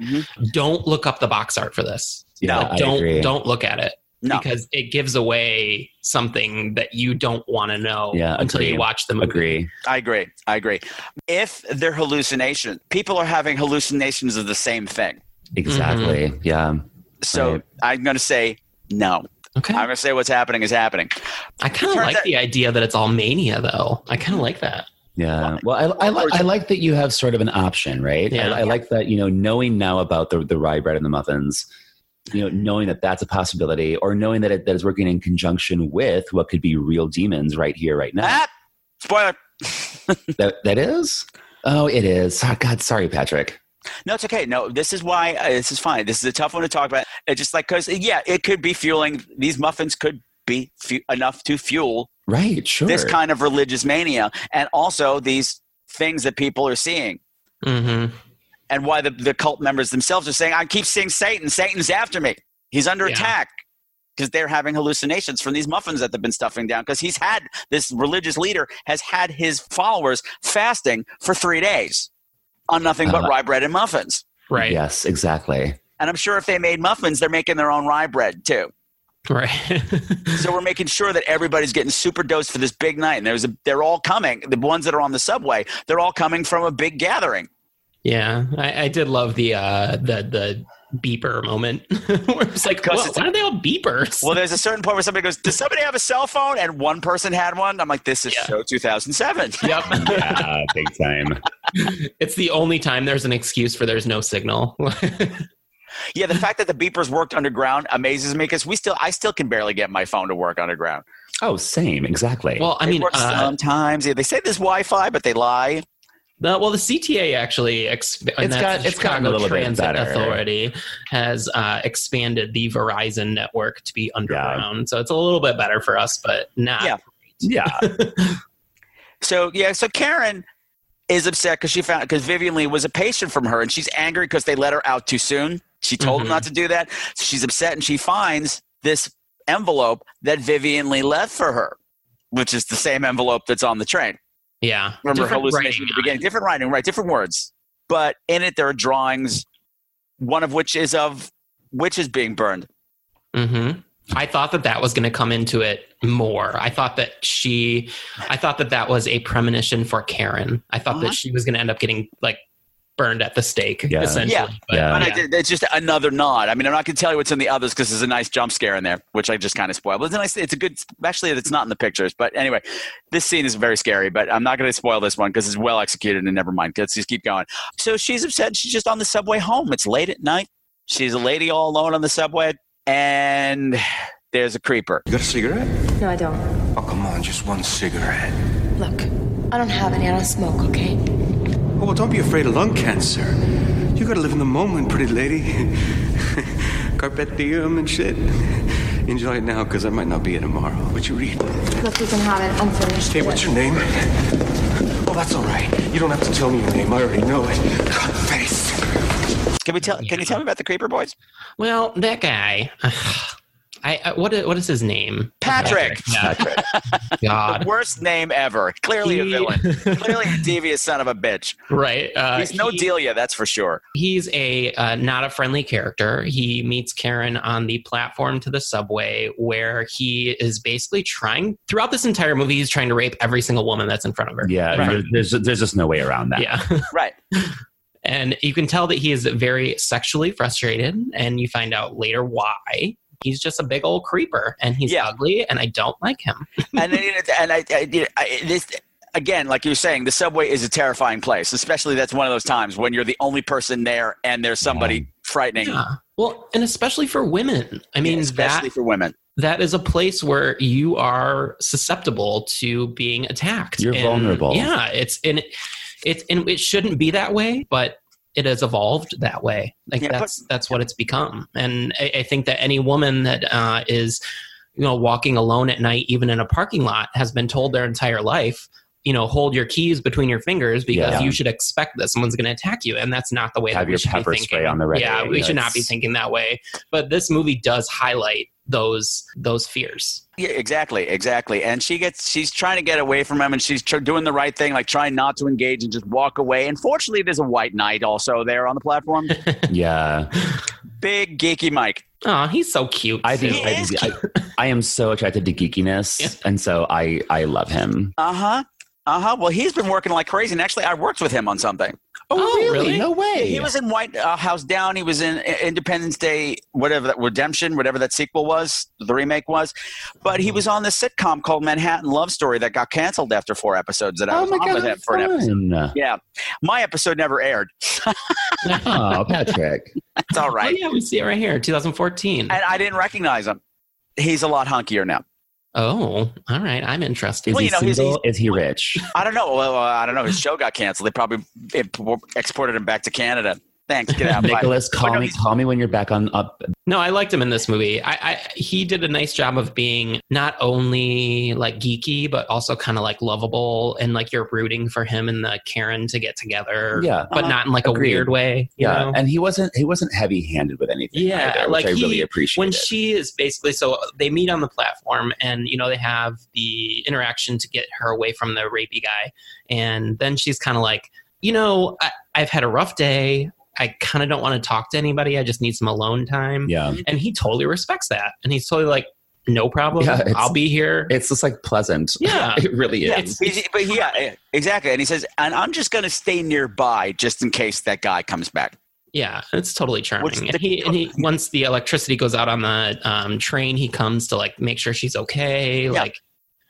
Speaker 11: Don't look up the box art for this.
Speaker 12: Yeah,
Speaker 11: Like,
Speaker 12: I
Speaker 11: don't
Speaker 12: agree.
Speaker 11: don't look at it
Speaker 10: No.
Speaker 11: because it gives away something that you don't want to know
Speaker 12: Yeah,
Speaker 11: until
Speaker 12: agree.
Speaker 11: you watch the movie.
Speaker 12: Agree.
Speaker 10: I agree. I agree. If they're hallucination, people are having hallucinations of the same thing.
Speaker 12: Exactly.
Speaker 10: Mm-hmm.
Speaker 12: Yeah.
Speaker 10: So
Speaker 12: Right.
Speaker 10: I'm going to say no.
Speaker 11: Okay.
Speaker 10: I'm going to say what's happening is happening.
Speaker 11: I kind of
Speaker 10: Turns
Speaker 11: like
Speaker 10: out-
Speaker 11: the idea that it's all mania, though. I kind of like that.
Speaker 12: Yeah. Well, I, I, li- I like that you have sort of an option, right?
Speaker 11: Yeah.
Speaker 12: I, I like that, you know, knowing now about the, the rye bread and the muffins, you know, knowing that that's a possibility or knowing that it that is working in conjunction with what could be real demons right here, right now.
Speaker 10: Ah, spoiler.
Speaker 12: that, that is? Oh, it is. Oh, God, sorry, Patrick.
Speaker 10: No, it's okay. No, this is why uh, this is fine. This is a tough one to talk about. It's just like, because, yeah, it could be fueling, these muffins could be fu- enough to fuel
Speaker 12: Right. Sure.
Speaker 10: this kind of religious mania and also these things that people are seeing.
Speaker 11: Mm-hmm.
Speaker 10: and why the, the cult members themselves are saying, I keep seeing Satan. Satan's after me. He's under
Speaker 11: Yeah.
Speaker 10: attack because they're having hallucinations from these muffins that they've been stuffing down because he's had this religious leader has had his followers fasting for three days on nothing but
Speaker 12: Uh,
Speaker 10: rye bread and muffins.
Speaker 11: Right.
Speaker 12: Yes, exactly.
Speaker 10: And I'm sure if they made muffins, they're making their own rye bread too.
Speaker 11: Right.
Speaker 10: So we're making sure that everybody's getting super dosed for this big night. And there's a, they're all coming. The ones that are on the subway, they're all coming from a big gathering.
Speaker 11: yeah, I, I did love the uh, the the beeper moment where it's like,
Speaker 10: Because
Speaker 11: "Whoa,
Speaker 10: it's-
Speaker 11: why are they all beepers?
Speaker 10: Well, there's a certain point where somebody goes, "Does somebody have a cell phone?" And one person had one. I'm like, "This is so 2007."
Speaker 11: yep.
Speaker 12: Yeah, Ah, big time.
Speaker 11: It's the only time there's an excuse for there's no signal.
Speaker 10: yeah, the fact that the beepers worked underground amazes me because we still, I still can barely get my phone to work underground.
Speaker 12: Oh, same. Exactly.
Speaker 11: well, I
Speaker 10: It
Speaker 11: mean,
Speaker 10: works um,
Speaker 11: uh,
Speaker 10: sometimes yeah, they say there's Wi-Fi, but they lie.
Speaker 11: the, well, the CTA actually, ex- and
Speaker 12: It's
Speaker 11: that's
Speaker 12: got-
Speaker 11: the
Speaker 12: it's gotten a
Speaker 11: Chicago
Speaker 12: little bit
Speaker 11: Transit
Speaker 12: better.
Speaker 11: Authority has uh, expanded the Verizon network to be underground, so it's a little bit better for us, but not.
Speaker 10: Yeah.
Speaker 12: yeah.
Speaker 10: So yeah, so Karen is upset because she found because Vivian Lee was a patient from her, and she's angry because they let her out too soon. She told
Speaker 11: Mm-hmm.
Speaker 10: them not to do that. So she's upset, and she finds this envelope that Vivian Lee left for her, which is the same envelope that's on the train.
Speaker 11: Yeah.
Speaker 10: remember
Speaker 11: Different
Speaker 10: hallucination at
Speaker 11: writing
Speaker 10: the
Speaker 11: on it.
Speaker 10: beginning. Different writing, right? Different words. But in it, there are drawings, one of which is of witches being burned.
Speaker 11: hmm I thought that that was going to come into it more. I thought that she, I thought that that was a premonition for Karen. I thought
Speaker 10: Uh-huh.
Speaker 11: that she was going to end up getting like burned at the stake,
Speaker 12: Yeah.
Speaker 11: essentially.
Speaker 10: Yeah.
Speaker 11: But,
Speaker 12: Yeah.
Speaker 10: But I did- it's just another nod. I mean, I'm not going to tell you what's in the others because there's a nice jump scare in there, which I just kind of spoiled. But it's a nice, it's a good, especially that it's not in the pictures. But anyway, this scene is very scary, but I'm not going to spoil this one because it's well executed and never mind. Let's just keep going. So she's upset. She's just on the subway home. It's late at night. She's a lady all alone on the subway, and there's a creeper.
Speaker 4: You got a cigarette?
Speaker 13: No, I don't.
Speaker 4: Oh, come on, just one cigarette.
Speaker 13: Look, I don't have any. I don't smoke, okay?
Speaker 4: Oh, well, don't be afraid of lung cancer. You gotta live in the moment, pretty lady. Carpet diem and shit. Enjoy it now, because I might not be here tomorrow. What you read?
Speaker 13: Look, you can have it unfinished.
Speaker 4: Hey, what's your name? Oh, that's all right. You don't have to tell me your name. I already know it. God, face.
Speaker 10: Can we tell? Can you tell me about the creeper boys?
Speaker 11: Well, that guy. I, I what is, what is his name?
Speaker 10: Patrick.
Speaker 11: Patrick. God.
Speaker 10: Worst name ever. Clearly a villain. Clearly a devious son of a bitch.
Speaker 11: Right. Uh,
Speaker 10: He's no Delia, that's for sure.
Speaker 11: He's a uh, not a friendly character. He meets Karen on the platform to the subway, where he is basically trying throughout this entire movie. He's trying to rape every single woman that's in front of her.
Speaker 12: Yeah,
Speaker 11: Right.
Speaker 12: there- there's there's just no way around that.
Speaker 11: Yeah.
Speaker 10: Right.
Speaker 11: And you can tell that he is very sexually frustrated, and you find out later why. He's just a big old creeper, and he's ugly, and I don't like him.
Speaker 10: and I- and I, I, I this again, like you're saying, the subway is a terrifying place. Especially that's one of those times when you're the only person there and there's somebody frightening.
Speaker 11: Yeah. Well, and especially for women. I mean,
Speaker 10: especially
Speaker 11: that,
Speaker 10: for women.
Speaker 11: That is a place where you are susceptible to being attacked.
Speaker 12: You're vulnerable.
Speaker 11: Yeah, it's and it, it's and it shouldn't be that way, but it has evolved that way. Like
Speaker 10: Yeah, but-
Speaker 11: that's that's what it's become. And I, I think that any woman that uh, is you know walking alone at night, even in a parking lot, has been told their entire life. You know, hold your keys between your fingers because
Speaker 12: Yeah.
Speaker 11: you should expect that someone's going to attack you, and that's not the way
Speaker 12: Have
Speaker 11: that we
Speaker 12: your
Speaker 11: should be
Speaker 12: pepper
Speaker 11: thinking.
Speaker 12: spray on the ready,
Speaker 11: Yeah,
Speaker 12: you
Speaker 11: we
Speaker 12: know,
Speaker 11: should not be
Speaker 12: it's-
Speaker 11: thinking that way. But this movie does highlight those those fears.
Speaker 10: Yeah, exactly, exactly. And she gets, she's trying to get away from him, and she's tr- doing the right thing, like trying not to engage and just walk away. And fortunately, there's a white knight also there on the platform.
Speaker 12: Yeah.
Speaker 10: Big geeky Mike.
Speaker 11: Oh, he's so cute.
Speaker 12: I
Speaker 10: He
Speaker 12: think I,
Speaker 10: is
Speaker 12: I, I am so attracted to geekiness, and so I I love him.
Speaker 10: Uh huh. Uh huh. Well, he's been working like crazy, and actually, I worked with him on something.
Speaker 12: Oh,
Speaker 11: really?
Speaker 12: No way.
Speaker 10: He was in White uh, House Down. He was in I- Independence Day, whatever that Redemption, whatever that sequel was, the remake was. But
Speaker 12: Mm-hmm.
Speaker 10: he was on this sitcom called Manhattan Love Story that got canceled after four episodes. That I
Speaker 12: Oh
Speaker 10: was
Speaker 12: my
Speaker 10: on
Speaker 12: God,
Speaker 10: with him for an
Speaker 12: fun.
Speaker 10: episode. Yeah, my episode never aired.
Speaker 12: oh, Patrick.
Speaker 10: That's all right.
Speaker 11: Oh, yeah, we see it right here, 2014.
Speaker 10: And I didn't recognize him. He's a lot hunkier now.
Speaker 11: Oh, all right. I'm interested.
Speaker 12: Is
Speaker 10: Well,
Speaker 12: he
Speaker 10: you know, he's-
Speaker 12: single? Is he rich?
Speaker 10: I don't know. Well, uh, I don't know. His show got canceled. They probably imp- exported him back to Canada. Thanks. Get out. bye.
Speaker 12: Nicholas,
Speaker 10: Oh,
Speaker 12: call
Speaker 10: no,
Speaker 12: me. Call me when you're back on up.
Speaker 11: No, I liked him in this movie. I, I he did a nice job of being not only like geeky, but also kind of like lovable and like you're rooting for him and the Karen to get together.
Speaker 12: Yeah.
Speaker 11: but not in like
Speaker 12: Agreed.
Speaker 11: a weird way. you
Speaker 12: Yeah,
Speaker 11: know?
Speaker 12: and he wasn't. He wasn't heavy-handed with anything.
Speaker 11: yeah,
Speaker 12: either,
Speaker 11: like
Speaker 12: which I
Speaker 11: he-
Speaker 12: really appreciate.
Speaker 11: when she is basically so they meet on the platform and you know they have the interaction to get her away from the rapey guy and then she's kind of like you know I, i've had a rough day i kind of don't want to talk to anybody i just need some alone time
Speaker 12: Yeah.
Speaker 11: and he totally respects that and he's totally like no problem
Speaker 12: Yeah, it's-
Speaker 11: i'll be here
Speaker 12: It's just like pleasant.
Speaker 11: Yeah.
Speaker 12: it really
Speaker 10: Yeah,
Speaker 12: is.
Speaker 10: he's- but yeah, eh, exactly. And he says, and I'm just going to stay nearby just in case that guy comes back.
Speaker 11: Yeah, it's totally charming.
Speaker 10: What's
Speaker 11: and,
Speaker 10: the-
Speaker 11: he, and he once the electricity goes out on the um, train, he comes to like make sure she's okay. Like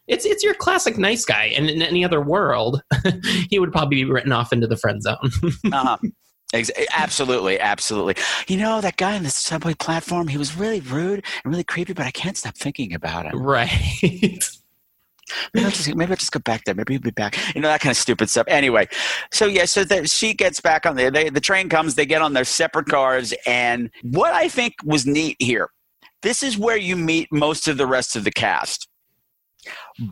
Speaker 11: it's it's your classic nice guy. And in any other world, he would probably be written off into the friend zone.
Speaker 10: Uh-huh. Ex- absolutely, absolutely. You know that guy on the subway platform? He was really rude and really creepy, but I can't stop thinking about him.
Speaker 11: right.
Speaker 10: Maybe I'll just, maybe I'll just go back there. Maybe he'll be back. You know that kind of stupid stuff. Anyway, so yeah, so that she gets back on there. They, the train comes. They get on their separate cars. And what I think was neat here, this is where you meet most of the rest of the cast.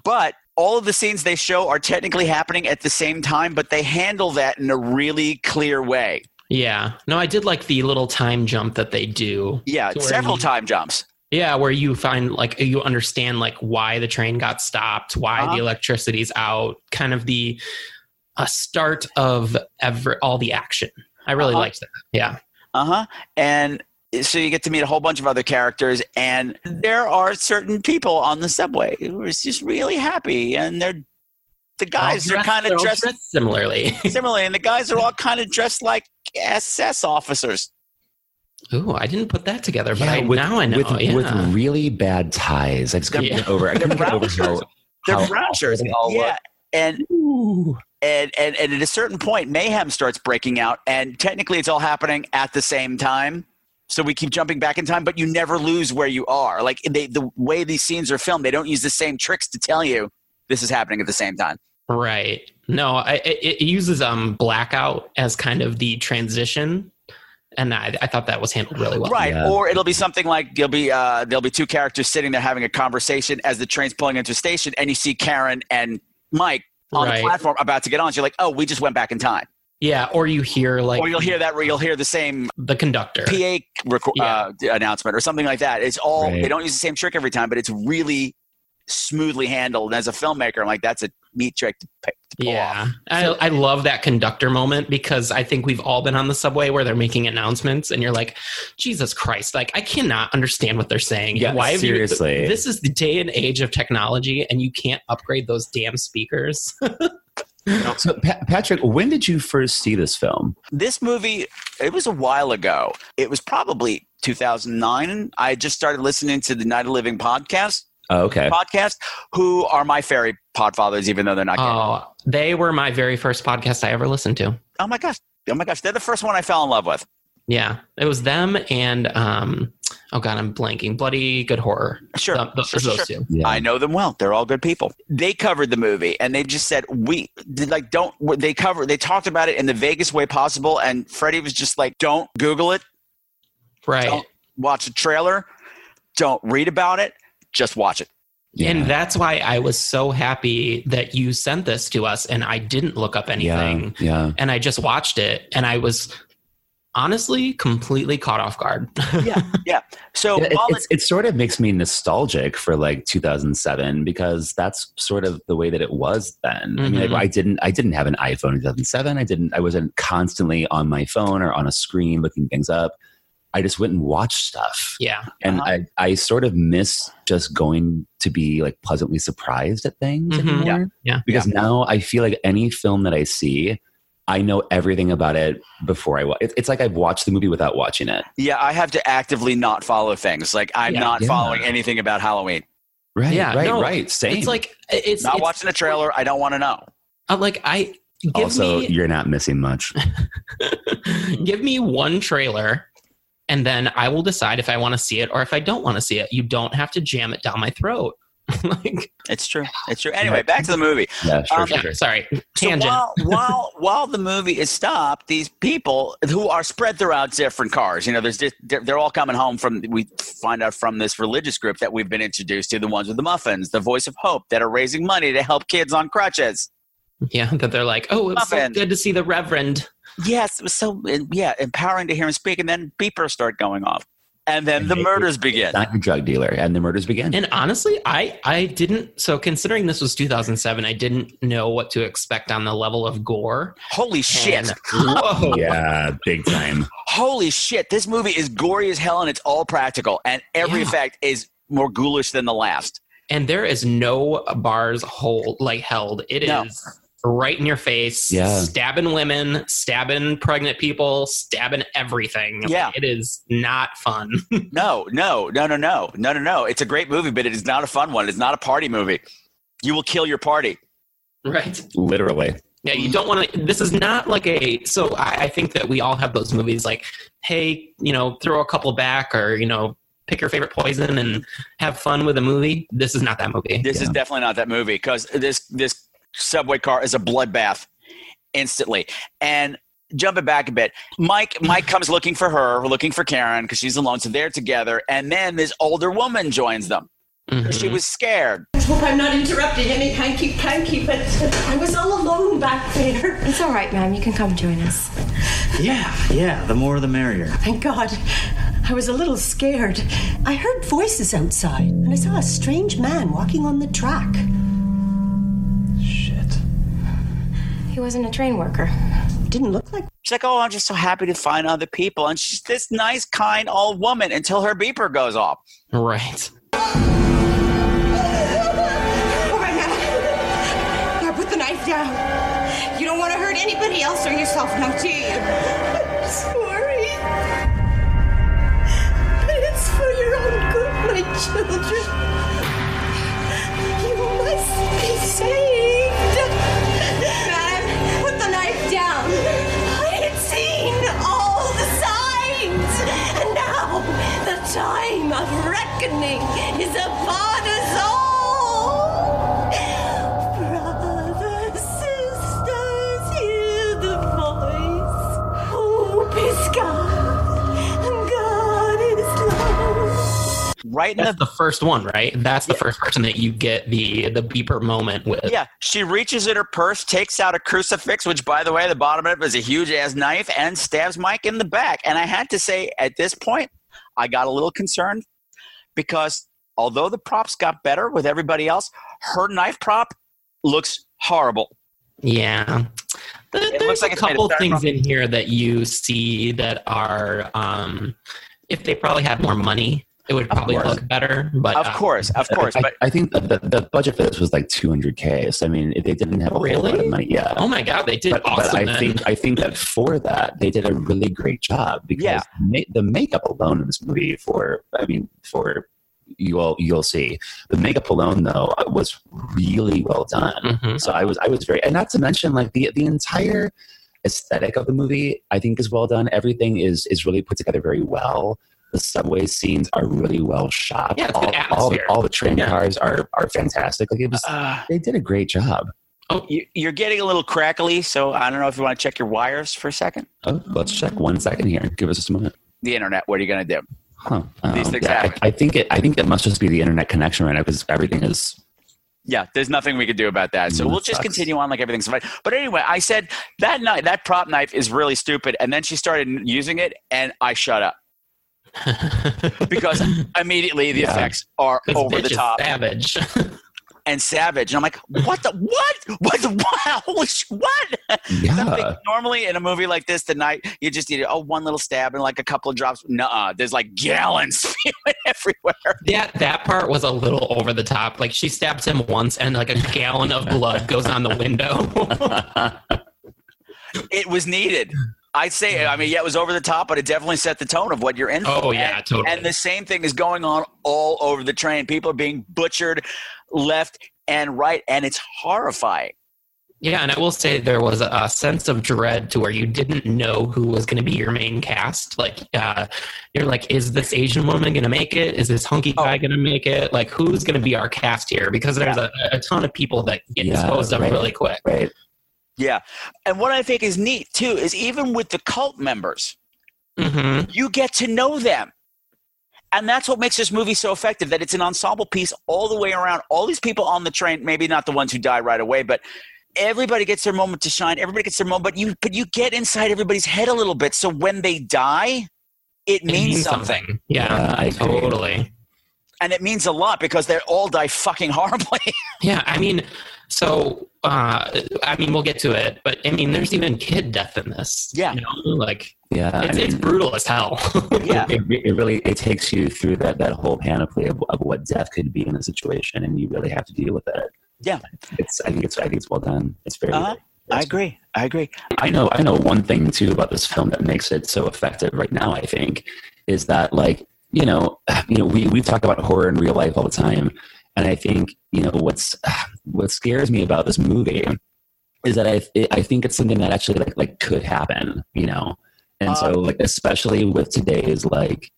Speaker 10: But all of the scenes they show are technically happening at the same time, but they handle that in a really clear way.
Speaker 11: Yeah. No, I did like the little time jump that they do.
Speaker 10: Yeah,
Speaker 11: To where
Speaker 10: several
Speaker 11: you-
Speaker 10: time jumps.
Speaker 11: Yeah, where you find like you understand like why the train got stopped, why
Speaker 10: Uh-huh.
Speaker 11: the electricity's out, kind of the a start of ever all the action. I really
Speaker 10: Uh-huh.
Speaker 11: liked that. Yeah.
Speaker 10: Uh huh. And so you get to meet a whole bunch of other characters, and there are certain people on the subway who are just really happy, and they're the guys
Speaker 11: All
Speaker 10: are kind
Speaker 11: they're
Speaker 10: of
Speaker 11: all
Speaker 10: dressed
Speaker 11: similarly.
Speaker 10: similarly, and the guys are all kind of dressed like SS officers.
Speaker 11: Ooh, I didn't put that together, but
Speaker 12: Yeah,
Speaker 11: I,
Speaker 12: with,
Speaker 11: now I know.
Speaker 12: With,
Speaker 11: yeah.
Speaker 12: with really bad ties. I just couldn't
Speaker 11: Yeah.
Speaker 12: get over. I couldn't get over how,
Speaker 10: They're
Speaker 12: how
Speaker 10: Grouchers.
Speaker 12: they all
Speaker 10: Yeah.
Speaker 12: look.
Speaker 10: And, and and and at a certain point, mayhem starts breaking out, and technically, it's all happening at the same time. So we keep jumping back in time, but you never lose where you are. Like they, the way these scenes are filmed, they don't use the same tricks to tell you this is happening at the same time.
Speaker 11: Right. No, I, it, it uses um blackout as kind of the transition, and I, I thought that was handled really well.
Speaker 10: right, or it'll be something like you'll be uh, there'll be two characters sitting there having a conversation as the train's pulling into a station, and you see Karen and Mike on
Speaker 11: Right.
Speaker 10: the platform about to get on. So you're like, oh, we just went back in time.
Speaker 11: Yeah, or you hear like,
Speaker 10: or you'll hear that, you'll hear the same
Speaker 11: the conductor
Speaker 10: PA reco- uh, announcement or something like that. It's all they don't use the same trick every time, but it's really smoothly handled. And as a filmmaker, I'm like, that's a neat trick to pick.
Speaker 11: yeah, I, I love that conductor moment because I think we've all been on the subway where they're making announcements, and you're like, Jesus Christ, like I cannot understand what they're saying.
Speaker 12: Yeah,
Speaker 11: Why have you-
Speaker 12: seriously.
Speaker 11: this is the day and age of technology, and you can't upgrade those damn speakers.
Speaker 12: So, pa- Patrick, when did you first see this film?
Speaker 10: This movie, it was a while ago. It was probably 2009. I just started listening to the Night of Living podcast.
Speaker 12: Oh, okay.
Speaker 10: Podcast, who are my fairy podfathers, even though they're not. Gay.
Speaker 11: oh, they were my very first podcast I ever listened to.
Speaker 10: Oh my gosh! Oh my gosh! They're the first one I fell in love with.
Speaker 11: Yeah, it was them and um, oh god, I'm blanking. Bloody good horror.
Speaker 10: Sure,
Speaker 11: Th- th-
Speaker 10: sure,
Speaker 11: those
Speaker 10: sure.
Speaker 11: two.
Speaker 10: I know them well. They're all good people. They covered the movie, and they just said we they, like don't. They cover. They talked about it in the vaguest way possible, and Freddie was just like, "Don't Google it.
Speaker 11: Right.
Speaker 10: Don't watch a trailer. Don't read about it. Just watch it."
Speaker 11: And that's why I was so happy that you sent this to us and I didn't look up anything.
Speaker 12: Yeah.
Speaker 11: And I just watched it and I was honestly completely caught off guard.
Speaker 10: Yeah. So
Speaker 12: Yeah, it,
Speaker 10: all
Speaker 12: it's, it sort of makes me nostalgic for like 2007 because that's sort of the way that it was then. I mean, like,
Speaker 11: Mhm.
Speaker 12: I didn't, I didn't have an iPhone in 2007. I didn't, I wasn't constantly on my phone or on a screen looking things up. I just went and watched stuff.
Speaker 11: yeah.
Speaker 12: And I, I sort of miss just going to be like pleasantly surprised at things
Speaker 10: Mm-hmm.
Speaker 11: Mhm.
Speaker 12: anymore.
Speaker 11: Yeah.
Speaker 12: Because now I feel like any film that I see, I know everything about it before I watch. It, it's like I've watched the movie without watching it.
Speaker 10: Yeah, I have to actively not follow things. Like I'm
Speaker 12: Yeah.
Speaker 10: not
Speaker 12: Yeah.
Speaker 10: following anything about Halloween.
Speaker 12: Right.
Speaker 11: Yeah,
Speaker 12: Right.
Speaker 11: no,
Speaker 12: right. Same.
Speaker 11: It's like it's
Speaker 10: not
Speaker 11: it's-
Speaker 10: watching the trailer. I don't want to know.
Speaker 11: uh, like I give
Speaker 12: also,
Speaker 11: me
Speaker 12: you're not missing much.
Speaker 11: give me one trailer and then I will decide if I want to see it or if I don't want to see it. You don't have to jam it down my throat. like
Speaker 10: It's true. It's true. Anyway, back to the movie.
Speaker 12: Yeah, sure,
Speaker 10: Um,
Speaker 12: sure,
Speaker 11: yeah,
Speaker 12: sure.
Speaker 11: sorry.
Speaker 10: So
Speaker 11: Tangent.
Speaker 10: while, while while the movie is stopped, these people who are spread throughout different cars, you know, there's di- they're, they're all coming home from. We find out from this religious group that we've been introduced to, the ones with the muffins, the Voice of Hope, that are raising money to help kids on crutches.
Speaker 11: yeah, that they're like, oh, it's so
Speaker 10: Muffin.
Speaker 11: good to see the Reverend.
Speaker 10: Yes, it was so and yeah, empowering to hear him speak, and then beepers start going off, and then the
Speaker 12: they-
Speaker 10: murders begin.
Speaker 12: Not your drug dealer, and the murders begin.
Speaker 11: And honestly, I I didn't. So considering this was 2007, I didn't know what to expect on the level of gore.
Speaker 10: Holy shit!
Speaker 11: And- whoa!
Speaker 12: yeah, big time.
Speaker 10: Holy shit! This movie is gory as hell, and it's all practical, and every
Speaker 11: Yeah.
Speaker 10: effect is more ghoulish than the last.
Speaker 11: And there is no bars hold like held. It is
Speaker 10: No.
Speaker 11: right in your face.
Speaker 12: Yeah.
Speaker 11: stabbing women, stabbing pregnant people, stabbing everything. Like,
Speaker 10: Yeah.
Speaker 11: it is not fun.
Speaker 10: No, no, no, no, no, no, no, no. It's a great movie, but it is not a fun one. It's not a party movie. You will kill your party.
Speaker 11: right.
Speaker 12: Literally.
Speaker 11: Yeah, you don't want to. This is not like a. So I, I think that we all have those movies like, hey, you know, throw a couple back or, you know, pick your favorite poison and have fun with a movie. This is not that movie.
Speaker 10: This is
Speaker 12: Yeah.
Speaker 10: definitely not that movie because this this subway car is a bloodbath instantly. And jumping back a bit, Mike Mike comes looking for her, looking for Karen because she's alone. So they're together, and then this older woman joins them. She was scared.
Speaker 14: Hope I'm not interrupting any hanky panky, but I was all alone back there.
Speaker 13: It's all right, ma'am. You can come join us.
Speaker 15: Yeah, yeah, the more the merrier.
Speaker 14: Thank God. I was a little scared. I heard voices outside, and I saw a strange man walking on the track.
Speaker 15: Shit.
Speaker 13: He wasn't a train worker.
Speaker 14: Didn't look like
Speaker 10: She's like, "Oh, I'm just so happy to find other people," and she's this nice, kind old woman until her beeper goes off.
Speaker 11: Right.
Speaker 14: All right, now. Now put the knife down. You don't want to hurt anybody else or yourself now, do you? I'm sorry. But it's for your own good, my children. You must be saved. Madam, put the knife down. I had seen all the signs. And now the time of reckoning is upon us all. Brothers, sisters, hear the voice. Oh, peace God. God is love.
Speaker 10: Right right?
Speaker 11: That's the first one, right? That's the first person that you get the the beeper moment with.
Speaker 10: Yeah, she reaches in her purse, takes out a crucifix, which, by the way, the bottom of it is a huge ass knife, and stabs Mike in the back. And I had to say, at this point, I got a little concerned because although the props got better with everybody else, her knife prop looks horrible.
Speaker 11: Yeah. Th-
Speaker 10: It looks
Speaker 11: There's
Speaker 10: like
Speaker 11: a
Speaker 10: it's made of
Speaker 11: couple things
Speaker 10: styrofoam.
Speaker 11: in here that you see that are, um, if they probably had more money, it would probably
Speaker 12: course.
Speaker 11: look better. But
Speaker 10: Of
Speaker 11: uh,
Speaker 10: course, of course.
Speaker 12: I,
Speaker 10: But
Speaker 12: I think the, the, the budget for this was like 200k. So I mean, if they didn't have a whole lot of
Speaker 11: Really?
Speaker 12: money, yeah.
Speaker 11: Oh my God, they did
Speaker 12: but,
Speaker 11: awesome.
Speaker 12: But I
Speaker 11: then.
Speaker 12: think I think that for that they did a really great job because
Speaker 11: Yeah.
Speaker 12: ma- the makeup alone in this movie for I mean for you all you'll see the makeup alone though was really well done.
Speaker 11: Mm-hmm.
Speaker 12: So I was I was very and not to mention like the the entire aesthetic of the movie I think is well done. Everything is is really put together very well. The subway scenes are really well shot.
Speaker 11: Yeah, it's
Speaker 12: all,
Speaker 11: good
Speaker 12: all, the,
Speaker 11: atmosphere.
Speaker 12: all the train
Speaker 11: Yeah. Uh.
Speaker 12: cars are are fantastic. Like it was, they did a great job.
Speaker 10: oh, uh, you, you're getting a little crackly, so I don't know if you want to check your wires for a second.
Speaker 12: Oh, let's check one second here. Give us just a moment.
Speaker 10: The internet, what are you going to do?
Speaker 12: Huh.
Speaker 10: These
Speaker 12: Um,
Speaker 10: things
Speaker 12: yeah,
Speaker 10: happen.
Speaker 12: I, I think it. I think it must just be the internet connection right now because everything is.
Speaker 10: Yeah, there's nothing we could do about that. So
Speaker 12: Mm,
Speaker 10: we'll
Speaker 12: that
Speaker 10: just
Speaker 12: sucks.
Speaker 10: continue on like everything's fine. But anyway, I said that knife, that prop knife is really stupid. And then she started using it, and I shut up because immediately the
Speaker 11: Yeah.
Speaker 10: effects are
Speaker 11: This
Speaker 10: over
Speaker 11: bitch
Speaker 10: the
Speaker 11: is
Speaker 10: top
Speaker 11: savage.
Speaker 10: and savage. And I'm like, what the what? What the what? Holy sh- What?
Speaker 12: Yeah.
Speaker 10: Normally in a movie like this, the night you just need oh one little stab and like a couple of drops. Nuh-uh. There's like gallons spewing everywhere.
Speaker 11: That that part was a little over the top. Like she stabs him once, and like a gallon of blood goes on the window.
Speaker 10: it was needed. I'd say, I mean, yeah, it was over the top, but it definitely set the tone of what you're in for.
Speaker 11: Oh, yeah,
Speaker 10: and,
Speaker 11: totally.
Speaker 10: And the same thing is going on all over the train. People are being butchered left and right, and it's horrifying.
Speaker 11: yeah, and I will say there was a sense of dread to where you didn't know who was going to be your main cast. Like uh, you're like, is this Asian woman going to make it? Is this
Speaker 12: Oh.
Speaker 11: hunky guy going to make it? Like who's going to be our cast here? Because there's a, a ton of people that get
Speaker 12: Yeah,
Speaker 11: disposed of
Speaker 12: right,
Speaker 11: really quick.
Speaker 12: Right.
Speaker 10: Yeah. And what I think is neat, too, is even with the cult members,
Speaker 11: hmm
Speaker 10: you get to know them. And that's what makes this movie so effective that it's an ensemble piece all the way around. All these people on the train, maybe not the ones who die right away, but everybody gets their moment to shine. Everybody gets their moment, but you but you get inside everybody's head a little bit. So when they die, it means, something.
Speaker 11: Yeah,
Speaker 12: I agree.
Speaker 11: totally.
Speaker 10: And it means a lot because they all die fucking horribly.
Speaker 11: Yeah, I mean, so uh, I mean, we'll get to it, but I mean, there's even kid death in this.
Speaker 10: Yeah.
Speaker 11: you know? like
Speaker 12: Yeah. I
Speaker 11: it's, it's
Speaker 12: mean,
Speaker 11: brutal as hell.
Speaker 10: yeah.
Speaker 12: It, re- it really it takes you through that that whole panoply of, of what death could be in a situation, and you really have to deal with it.
Speaker 10: Yeah.
Speaker 12: It's. I think it's. I think it's well done. It's very.
Speaker 10: Uh-huh. I agree. I agree.
Speaker 12: I know I know one thing too about this film that makes it so effective right now, I think, is that like, you know, you know, we, we talk about horror in real life all the time. And I think, you know, what's what scares me about this movie is that I I think it's something that actually like like could happen, you know. And so like especially with today's like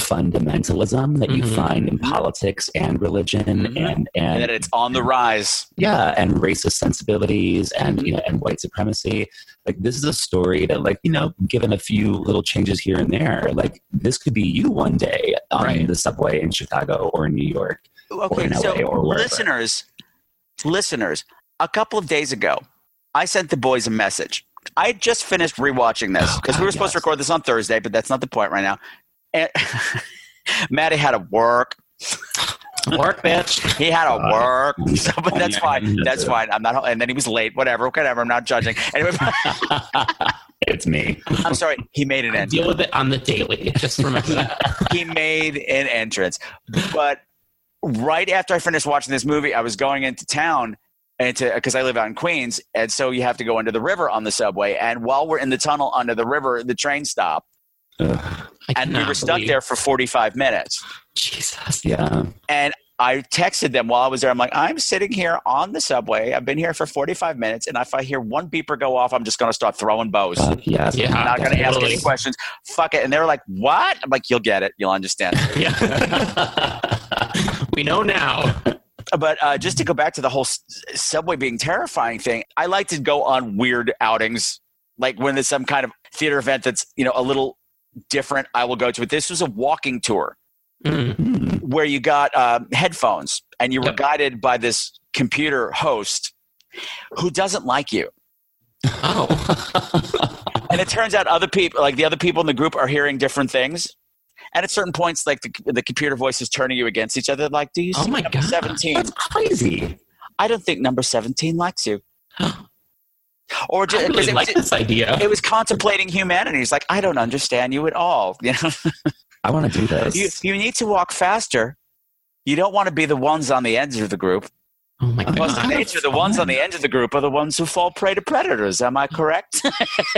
Speaker 12: fundamentalism that you
Speaker 10: Mhm.
Speaker 12: find in politics and religion and
Speaker 10: And
Speaker 12: and
Speaker 10: that it's on the rise.
Speaker 12: yeah and racist sensibilities and you know and white supremacy like this is a story that like you know given a few little changes here and there like this could be you one day on
Speaker 11: Right.
Speaker 12: the subway in chicago or in new york or
Speaker 10: Okay,
Speaker 12: in
Speaker 10: so
Speaker 12: la or wherever
Speaker 10: listeners, listeners, a couple of days ago, I sent the boys a message. I had just finished rewatching this
Speaker 12: Oh,
Speaker 10: because we were supposed to record this on Thursday, but that's not the point right now. And Maddie had to work.
Speaker 11: Work, bitch.
Speaker 10: He had to work, so, but that's
Speaker 12: yeah,
Speaker 10: fine.
Speaker 12: yeah,
Speaker 10: That's
Speaker 12: yeah.
Speaker 10: fine. I'm not. And then he was late. Whatever. Whatever. I'm not judging. Anyway,
Speaker 12: it's me
Speaker 10: I'm sorry. He made an
Speaker 11: I
Speaker 10: entrance.
Speaker 11: deal with it on the daily. Just remember that.
Speaker 10: he made an entrance. But right after I finished watching this movie, I was going into town and to because I live out in Queens, and so you have to go under the river on the subway. And while we're in the tunnel under the river, the train stopped,
Speaker 11: I
Speaker 10: and we
Speaker 11: cannot
Speaker 10: were stuck
Speaker 11: believe-
Speaker 10: there for 45 minutes.
Speaker 11: Jesus.
Speaker 12: yeah
Speaker 10: And I texted them while I was there. I'm like, I'm sitting here on the subway. I've been here for 45 minutes, and if I hear one beeper go off, I'm just going to start throwing bows.
Speaker 12: Fuck yes.
Speaker 11: Yeah.
Speaker 10: I'm not going to ask
Speaker 11: Totally.
Speaker 10: any questions. Fuck it. And they were like, "What?" I'm like, "You'll get it. You'll understand."
Speaker 11: Yeah. we know now.
Speaker 10: but uh, just to go back to the whole s- subway being terrifying thing, I like to go on weird outings. Like when there's some kind of theater event that's you know a little different, I will go to it. This was a walking tour
Speaker 11: Mm.
Speaker 12: Hmm.
Speaker 10: where you got uh, headphones and you were guided by this computer host who doesn't like you. Oh. and it turns out other people, like the other people in the group, are hearing different things. And at certain points, like the, the computer voice is turning you against each other. Like, do you
Speaker 11: Oh
Speaker 10: see
Speaker 11: my
Speaker 10: number
Speaker 11: God.
Speaker 10: 17? That's
Speaker 12: crazy.
Speaker 10: I don't think number 17 likes you. Or
Speaker 11: I
Speaker 10: just,
Speaker 11: really like this idea.
Speaker 10: It was contemplating humanity. It's like, I don't understand you at all. You know?
Speaker 12: I want to do this.
Speaker 10: you, you need to walk faster. You don't want to be the ones on the ends of the group.
Speaker 11: Oh my
Speaker 10: god! Plus, the nature, the ones on the end of the group are the ones who fall prey to predators. Am I correct?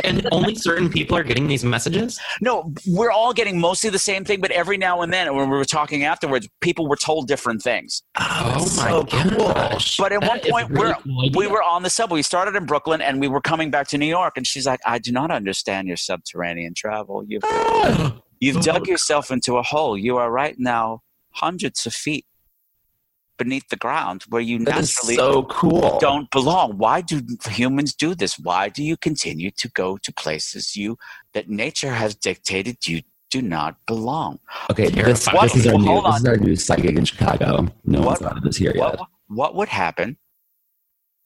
Speaker 11: and only certain people are getting these messages.
Speaker 10: No, we're all getting mostly the same thing, but every now and then, when we were talking afterwards, people were told different things.
Speaker 11: Oh my gosh!
Speaker 10: But at
Speaker 11: That
Speaker 10: one
Speaker 11: is
Speaker 10: point,
Speaker 11: really
Speaker 10: we're,
Speaker 11: cool idea.
Speaker 10: we were on the subway. We started in Brooklyn and we were coming back to New York. And she's like, I do not understand your subterranean travel. You've, you've dug yourself into a hole. You are right now hundreds of feet beneath the ground where you
Speaker 12: That is
Speaker 10: naturally
Speaker 12: so cool.
Speaker 10: don't belong. Why do humans do this? Why do you continue to go to places you that nature has dictated you do not belong?
Speaker 12: Okay, this,
Speaker 10: What-
Speaker 12: this is our
Speaker 10: well,
Speaker 12: new,
Speaker 10: hold
Speaker 12: this is
Speaker 10: on.
Speaker 12: our new psychic in Chicago. No
Speaker 10: What-
Speaker 12: one's out of this here yet.
Speaker 10: What, what would happen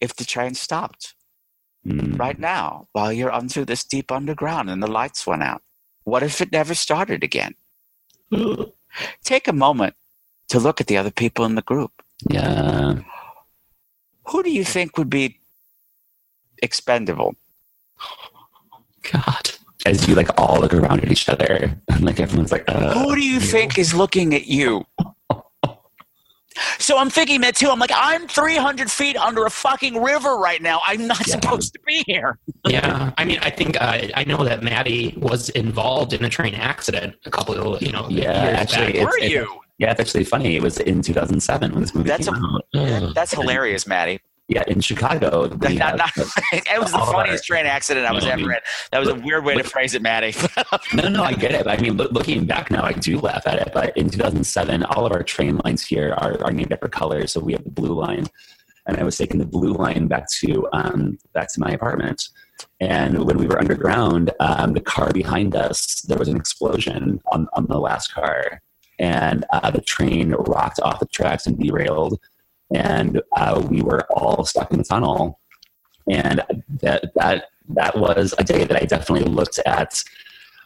Speaker 10: if the train stopped
Speaker 12: Mm. Hmm.
Speaker 10: right now while you're under this deep underground and the lights went out? What if it never started again? Take a moment to look at the other people in the group.
Speaker 12: Yeah.
Speaker 10: Who do you think would be expendable?
Speaker 12: As you like all look around at each other, and like everyone's like, uh,
Speaker 10: Who do you think is looking at you? So I'm thinking that too. I'm like, I'm 300 feet under a fucking river right now. I'm not supposed to be here.
Speaker 11: Yeah, I mean, I think uh, I know that Maddie was involved in a train accident a couple of you know
Speaker 12: yeah,
Speaker 11: years
Speaker 12: actually,
Speaker 11: back.
Speaker 12: it's, it's- yeah, it's actually funny. It was in 2007 when this movie
Speaker 10: That's
Speaker 12: came out.
Speaker 10: a, that's hilarious, Maddie.
Speaker 12: Yeah, in Chicago. the,
Speaker 10: Not-
Speaker 12: uh,
Speaker 10: not- it was the funniest train accident I was ever in. That was a weird way to phrase it, Maddie.
Speaker 12: no, no, I get it. But I mean, look, looking back now, I do laugh at it. But in 2007, all of our train lines here are, are named after colors. So we have the blue line, and I was taking the blue line back to um, back to my apartment. And when we were underground, um, the car behind us, there was an explosion on, on the last car, and uh, the train rocked off the tracks and derailed, and uh, we were all stuck in the tunnel. And that that that was a day that I definitely looked at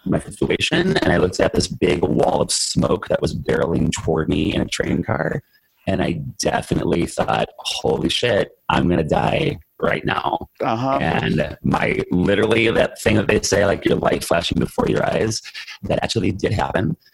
Speaker 12: my situation and I looked at this big wall of smoke that was barreling toward me in a train car. And I definitely thought, holy shit, I'm going to die right now.
Speaker 10: Uh-huh.
Speaker 12: And my literally that thing that they say, like your light flashing before your eyes, that actually did happen.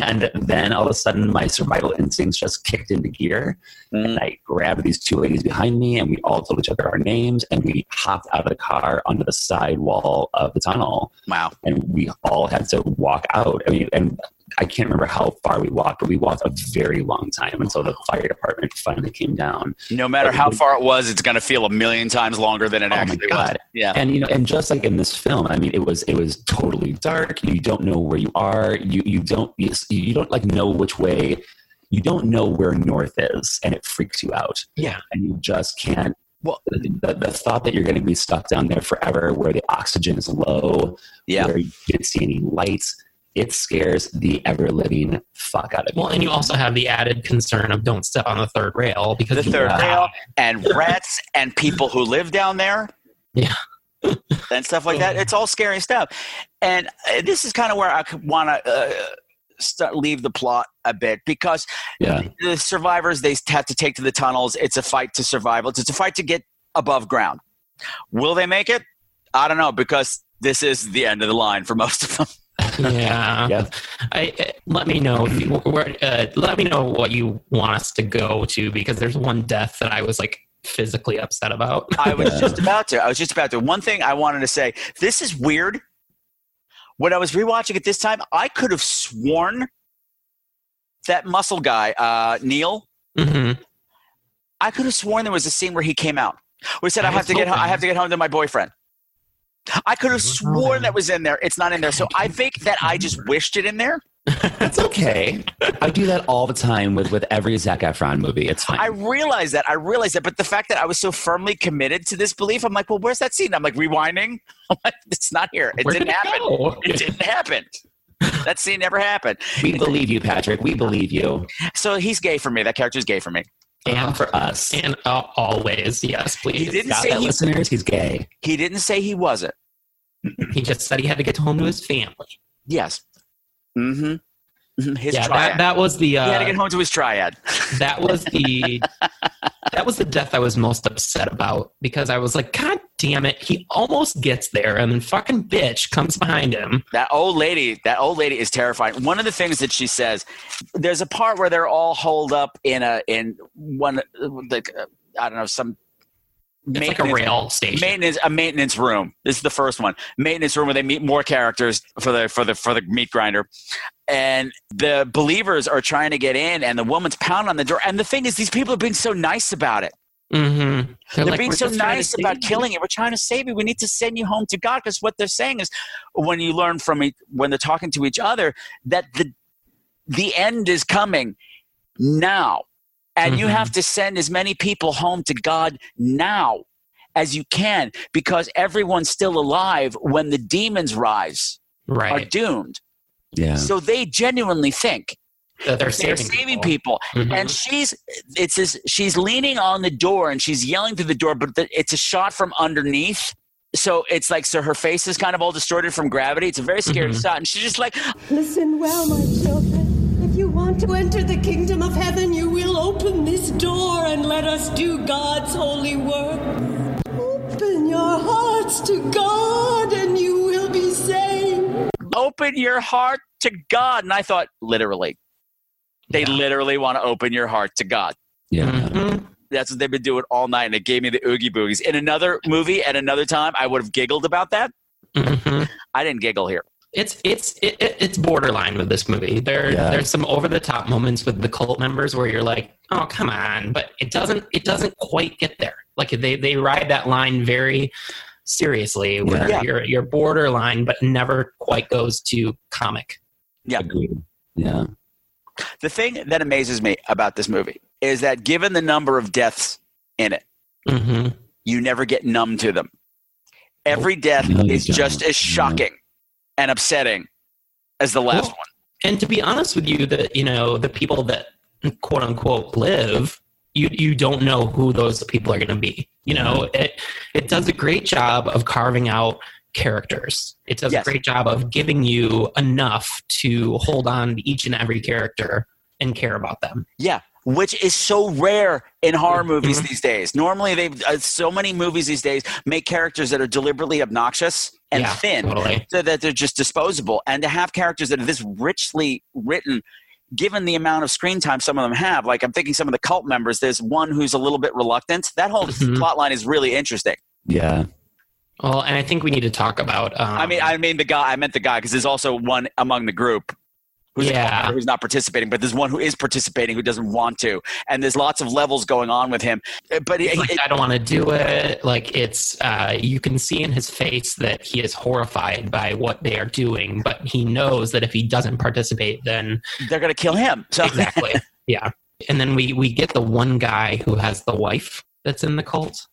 Speaker 12: And then all of a sudden, my survival instincts just kicked into gear. And I grabbed these two ladies behind me, and we all told each other our names, and we hopped out of the car onto the side wall of the tunnel.
Speaker 10: Wow.
Speaker 12: And we all had to walk out. I mean, and I can't remember how far we walked, but we walked a very long time until the fire department finally came down.
Speaker 10: No matter how far it was, it's going to feel a million times longer than it
Speaker 12: Oh my
Speaker 10: actually was.
Speaker 12: god!
Speaker 10: Yeah.
Speaker 12: and you know, and just like in this film, I mean, it was it was totally dark. You don't know where you are. You you don't you, you don't like know which way. You don't know where north is, and it freaks you out.
Speaker 11: Yeah,
Speaker 12: and you just can't. Well, the, the thought that you're going to be stuck down there forever, where the oxygen is low, yeah. where you didn't see any lights, it scares the ever living fuck out of you.
Speaker 11: Well, and you also have the added concern of don't step on the third rail because
Speaker 10: The
Speaker 11: you-
Speaker 10: third rail and rats and people who live down there.
Speaker 11: Yeah.
Speaker 10: and stuff like that. It's all scary stuff. And uh, this is kind of where I want to uh, st- leave the plot a bit because
Speaker 12: Yeah.
Speaker 10: the survivors they have to take to the tunnels. It's a fight to survival. It's a fight to get above ground. Will they make it? I don't know because this is the end of the line for most of them.
Speaker 11: yeah. I, I- let me know. if you- Where, uh, let me know what you want us to go to because there's one death that I was like physically upset about.
Speaker 10: I was just about to. I was just about to. One thing I wanted to say. This is weird. When I was rewatching it this time, I could have sworn that muscle guy, uh, Neil. Mm-hmm. I could have sworn there was a scene where he came out. Where he said, "I,
Speaker 11: I
Speaker 10: have
Speaker 11: was
Speaker 10: to get. Home,
Speaker 11: hoping.
Speaker 10: I have to get home to my boyfriend." I could have sworn that was in there. It's not in there. So I think that I just wished it in there.
Speaker 12: That's okay. I do that all the time with with every Zac Efron movie. It's fine.
Speaker 10: I realized that. I realized that. But the fact that I was so firmly committed to this belief, I'm like, well, where's that scene? I'm like rewinding. I'm like, it's not here. It
Speaker 12: Where
Speaker 10: didn't
Speaker 12: did it
Speaker 10: happen.
Speaker 12: go?
Speaker 10: It didn't happen. That scene never happened.
Speaker 12: We believe you, Patrick. We believe you.
Speaker 10: So he's gay for me. That character's gay for me.
Speaker 12: And for us.
Speaker 11: And uh, always, yes, please.
Speaker 10: He didn't
Speaker 12: Got
Speaker 10: say
Speaker 12: that,
Speaker 10: he,
Speaker 12: listeners? He's gay.
Speaker 10: he didn't say he wasn't.
Speaker 11: He just said he had to get home to his family.
Speaker 10: Yes. Mm-hmm. Mhm. His
Speaker 11: yeah,
Speaker 10: triad.
Speaker 11: that, that was the
Speaker 10: he had to
Speaker 11: uh,
Speaker 10: get home to his triad.
Speaker 11: that was the that was the death I was most upset about because I was like, God damn it, he almost gets there, and then fucking bitch comes behind him.
Speaker 10: That old lady, that old lady is terrifying. One of the things that she says, there's a part where they're all holed up in a in one like uh, I don't know some
Speaker 11: It's like a rail station.
Speaker 10: maintenance a maintenance room. This is the first one. Maintenance room where they meet more characters for the for the for the meat grinder. And the believers are trying to get in and the woman's pounding on the door. And the thing is these people are being so nice about it.
Speaker 11: Mm-hmm.
Speaker 10: They're, being so nice about killing it. We're trying to save you. We need to send you home to God because what they're saying is, when you learn from it, when they're talking to each other, that the the end is coming now, and you
Speaker 11: Mhm.
Speaker 10: have to send as many people home to God now as you can because everyone's still alive when the demons rise are
Speaker 11: Right.
Speaker 10: doomed.
Speaker 12: Yeah.
Speaker 10: So they genuinely think
Speaker 11: That they're
Speaker 10: they're
Speaker 11: saving,
Speaker 10: saving people,
Speaker 11: Mhm.
Speaker 10: and she's it's this, she's leaning on the door and she's yelling through the door but the, it's a shot from underneath so it's like so her face is kind of all distorted from gravity it's a very scary shot and she's just like
Speaker 14: Listen well, my children. If you want to enter the kingdom of heaven, you will open this door and let us do God's holy work. Open your hearts to God and you will be saved.
Speaker 10: open your heart to god and i thought literally they literally want to open your heart to god
Speaker 12: Yeah.
Speaker 10: that's what they've been doing all night and it gave me the oogie boogies in another movie at another time i would have giggled about that
Speaker 11: Mhm.
Speaker 10: i didn't giggle here
Speaker 11: It's it's it, it- it's borderline with this movie. There
Speaker 12: Yeah.
Speaker 11: there's some over the top moments with the cult members where you're like, oh come on, but it doesn't it doesn't quite get there. Like they they ride that line very seriously where
Speaker 10: Yeah.
Speaker 11: you're you're borderline but never quite goes to comic.
Speaker 10: Yeah.
Speaker 12: Agreed. Yeah.
Speaker 10: the thing that amazes me about this movie is that given the number of deaths in it
Speaker 11: Mm-hmm.
Speaker 10: you never get numb to them. Every death
Speaker 12: No, you
Speaker 10: is
Speaker 12: don't.
Speaker 10: just as shocking and upsetting as the last
Speaker 11: Well, And to be honest with you, that you know the people that quote unquote live, you you don't know who those people are going to be. You know,
Speaker 10: Mm-hmm.
Speaker 11: it it does a great job of carving out characters. It does
Speaker 10: Yes.
Speaker 11: a great job of giving you enough to hold on to each and every character and care about them.
Speaker 10: Yeah, which is so rare in horror
Speaker 12: Mm-hmm.
Speaker 10: movies
Speaker 11: Mhm.
Speaker 10: these days. Normally, they've uh, so many movies these days make characters that are deliberately obnoxious and
Speaker 11: Yeah,
Speaker 10: thin,
Speaker 11: totally.
Speaker 10: so that they're just disposable. And to have characters that are this richly written. Given the amount of screen time some of them have, like I'm thinking some of the cult members, there's one who's a little bit reluctant. That whole
Speaker 11: Mhm.
Speaker 10: plot line is really interesting.
Speaker 12: Yeah.
Speaker 11: Well, and I think we need to talk about. Um,
Speaker 10: I mean, I mean the guy. I meant the guy because there's also one among the group who's a
Speaker 11: Yeah.
Speaker 10: commander who's not participating, but there's one who is participating who doesn't want to, and there's lots of levels going on with him. Uh, But it,
Speaker 11: He's like,
Speaker 10: it-
Speaker 11: I don't want to do it. Like it's uh, you can see in his face that he is horrified by what they are doing, but he knows that if he doesn't participate, then
Speaker 10: they're gonna kill him. So
Speaker 11: exactly, yeah. And then we we get the one guy who has the wife that's in the cult.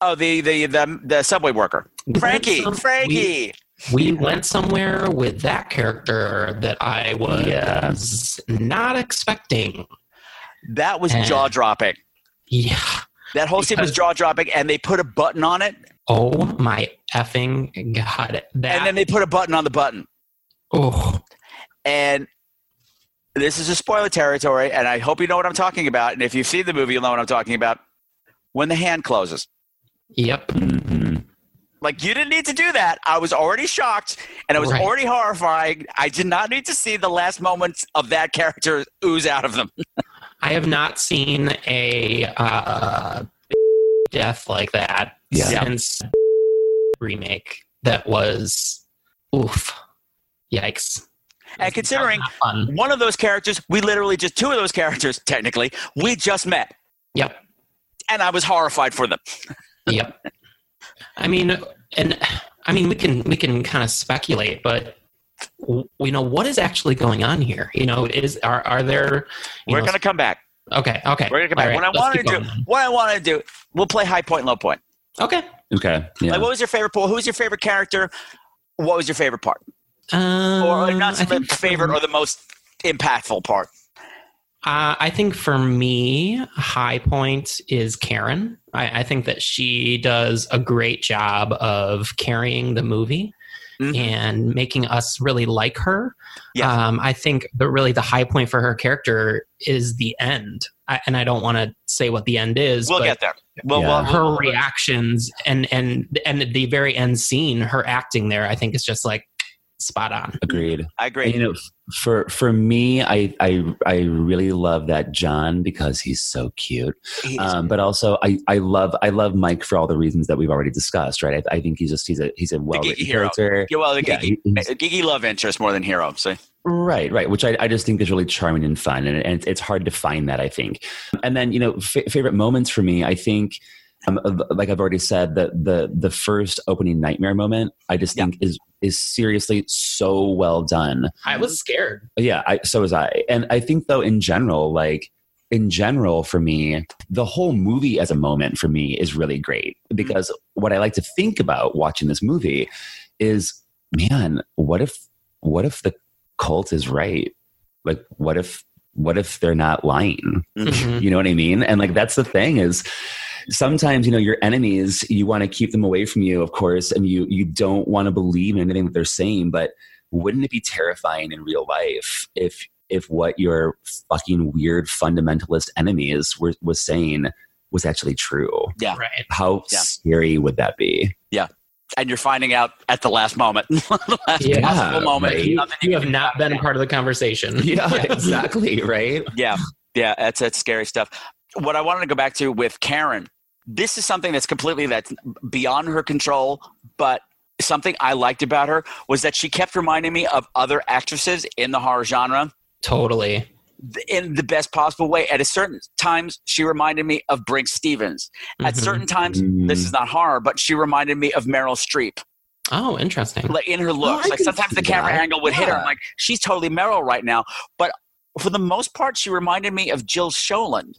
Speaker 10: oh, the the the, the subway worker,
Speaker 11: that
Speaker 10: Frankie,
Speaker 11: some-
Speaker 10: Frankie.
Speaker 11: We went somewhere with that character that I was not expecting.
Speaker 10: That was
Speaker 11: Eh.
Speaker 10: jaw dropping.
Speaker 11: Yeah.
Speaker 10: That whole scene was jaw dropping, and they put a button on it,
Speaker 11: Oh my effing god! That
Speaker 10: and then they put a button on the button.
Speaker 11: oh
Speaker 10: and this is a spoiler territory, and I hope you know what I'm talking about. And if you've seen the movie, you'll know what I'm talking about. When the hand closes,
Speaker 11: yep
Speaker 12: hmm
Speaker 10: like you didn't need to do that. I was already shocked, and it was
Speaker 11: Right.
Speaker 10: already horrifying. I did not need to see the last moments of that character ooze out of them.
Speaker 11: I have not seen a uh, death like that
Speaker 12: Yeah.
Speaker 11: since remake that was oof, yikes.
Speaker 10: And considering
Speaker 11: Not fun.
Speaker 10: one of those characters, we literally just two of those characters, technically, we just met,
Speaker 11: Yep,
Speaker 10: and I was horrified for them.
Speaker 11: yep. I mean, and I mean, we can we can kind of speculate, but w- you know, what is actually going on here? You know, is are are there? you
Speaker 10: We're
Speaker 11: know,
Speaker 10: gonna come back.
Speaker 11: okay, okay.
Speaker 10: We're gonna come
Speaker 11: All
Speaker 10: back.
Speaker 11: right,
Speaker 10: what I
Speaker 11: let's
Speaker 10: wanted
Speaker 11: keep
Speaker 10: to do,
Speaker 11: going then.
Speaker 10: what I wanted to do, we'll play high point, low point.
Speaker 11: Okay.
Speaker 12: Okay. Yeah.
Speaker 10: Like, what was your favorite pool? Who was your favorite character? What was your favorite part? or
Speaker 11: Um,
Speaker 10: not the favorite or the most impactful part?
Speaker 11: Uh, I think for me, high point is Karen. I, I think that she does a great job of carrying the movie
Speaker 10: Mm-hmm.
Speaker 11: and making us really like her. Um, I think that really the high point for her character is the end. I, and I don't want to say what the end is.
Speaker 10: We'll
Speaker 11: but
Speaker 10: get there. Well, well,
Speaker 11: her
Speaker 10: we'll-
Speaker 11: reactions and and and at the very end scene, her acting there, I think is just like spot on.
Speaker 12: Agreed.
Speaker 10: I agree.
Speaker 12: You know, f- for for me, I I I really love that John because he's so cute.
Speaker 16: Ah,
Speaker 12: Um, but also, I I love I love Mike for all the reasons that we've already discussed. Right. I, I think he's just he's a he's a well
Speaker 10: geeky
Speaker 12: written
Speaker 10: hero.
Speaker 12: character.
Speaker 10: Yeah, well, the
Speaker 12: Yeah,
Speaker 10: geeky, geeky love interest more than hero. So
Speaker 12: Right, right. Which I, I just think is really charming and fun, and, and it's hard to find that I think. And then you know, fa- favorite moments for me, I think, um, of- like I've already said, the the the first opening nightmare moment, I just think is is seriously so well done.
Speaker 11: I was scared.
Speaker 12: Yeah, I, so was I. And I think though, in general, like in general for me, the whole movie as a moment for me is really great because what I like to think about watching this movie is, man, what if what if the cult is right? Like, what if what if they're not lying?
Speaker 10: Mm-hmm.
Speaker 11: Mhm.
Speaker 12: You know what I mean? And like that's the thing is sometimes you know your enemies you want to keep them away from you of course and you you don't want to believe in anything that they're saying but wouldn't it be terrifying in real life if if what your fucking weird fundamentalist enemies were was saying was actually true
Speaker 10: yeah,
Speaker 11: right.
Speaker 12: how
Speaker 10: Yeah.
Speaker 12: scary would that be
Speaker 10: Yeah, and you're finding out at the last moment, the last possible moment.
Speaker 11: You, you have not been a part of the conversation.
Speaker 12: right?
Speaker 10: Yeah, yeah, that's that's scary stuff. What I wanted to go back to with Karen, this is something that's completely that's beyond her control, but something I liked about her was that she kept reminding me of other actresses in the horror genre
Speaker 11: Totally.
Speaker 10: in the best possible way. At a certain times, she reminded me of Brink Stevens. At
Speaker 11: Mhm.
Speaker 10: certain times,
Speaker 11: Mm.
Speaker 10: this is not horror, but she reminded me of Meryl Streep.
Speaker 11: Oh, interesting.
Speaker 10: Like in her looks,
Speaker 11: I
Speaker 10: like
Speaker 11: can
Speaker 10: sometimes
Speaker 11: see
Speaker 10: the camera
Speaker 11: that.
Speaker 10: angle would hit her.
Speaker 11: Yeah.
Speaker 10: I'm like, she's totally Meryl right now. But for the most part, she reminded me of Jill Scholand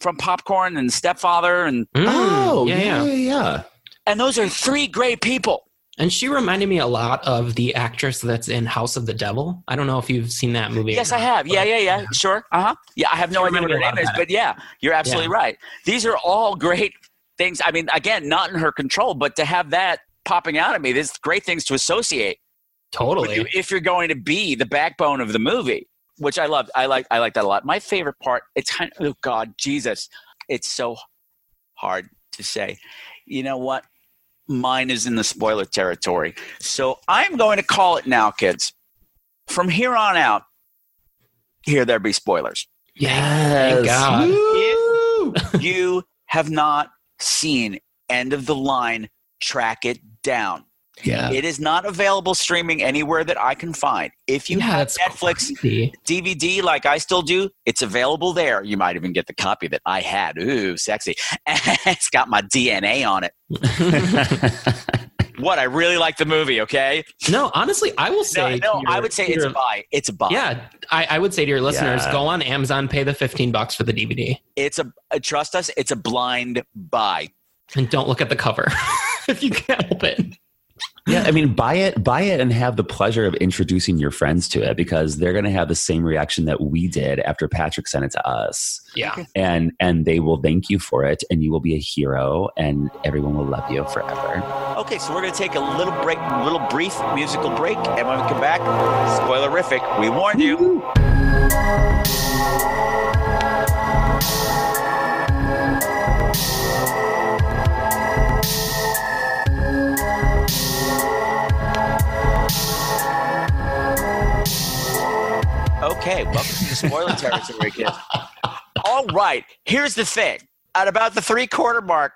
Speaker 10: from Popcorn and Stepfather, and
Speaker 12: oh
Speaker 11: Mm, yeah, yeah.
Speaker 12: yeah.
Speaker 10: And those are three great people.
Speaker 11: And she reminded me a lot of the actress that's in House of the Devil. I don't know if you've seen that movie. or
Speaker 10: Yes, I
Speaker 11: not.
Speaker 10: have. Yeah, yeah, yeah. Sure. Uh huh. Yeah, I have no idea what her
Speaker 11: remember a
Speaker 10: name
Speaker 11: lot
Speaker 10: is,
Speaker 11: about it.
Speaker 10: but yeah, you're absolutely
Speaker 11: Yeah.
Speaker 10: right. These are all great things. I mean, again, not in her control, but to have that popping out at me, there's great things to associate.
Speaker 11: Totally.
Speaker 10: with you if you're going to be the backbone of the movie, which I love. I like. I like that a lot. My favorite part. It's kind of- oh God, Jesus. It's so hard to say. You know what? Mine is in the spoiler territory, so I'm going to call it now, kids. From here on out, here there be spoilers.
Speaker 11: Yes. Thank God.
Speaker 10: If you have not seen End of the Line, track it down.
Speaker 12: Yeah.
Speaker 10: It is not available streaming anywhere that I can find. If you
Speaker 11: Yeah,
Speaker 10: have
Speaker 11: that's
Speaker 10: Netflix
Speaker 11: crazy.
Speaker 10: DVD like I still do, it's available there. You might even get the copy that I had. Ooh, sexy. it's got my DNA on it. what I really like the movie, okay?
Speaker 11: No, honestly, I will say.
Speaker 10: no,
Speaker 11: to
Speaker 10: I would say
Speaker 11: to
Speaker 10: it's a
Speaker 11: your-
Speaker 10: buy. It's a buy.
Speaker 11: Yeah, I, I would say to your listeners,
Speaker 10: Yeah.
Speaker 11: go on Amazon, pay the fifteen bucks for the DVD,
Speaker 10: It's a uh, trust us, it's a blind buy.
Speaker 11: and don't look at the cover if you can help it.
Speaker 12: yeah i mean buy it buy it and have the pleasure of introducing your friends to it because they're going to have the same reaction that we did after patrick sent it to us
Speaker 11: Yeah.
Speaker 12: and and they will thank you for it and you will be a hero and everyone will love you forever
Speaker 10: Okay, so we're going to take a little break, little brief musical break, and when we come back, spoilerific, we warned you. Okay, welcome to the spoiler territory, kids. All right, here's the thing. At about the three quarter mark,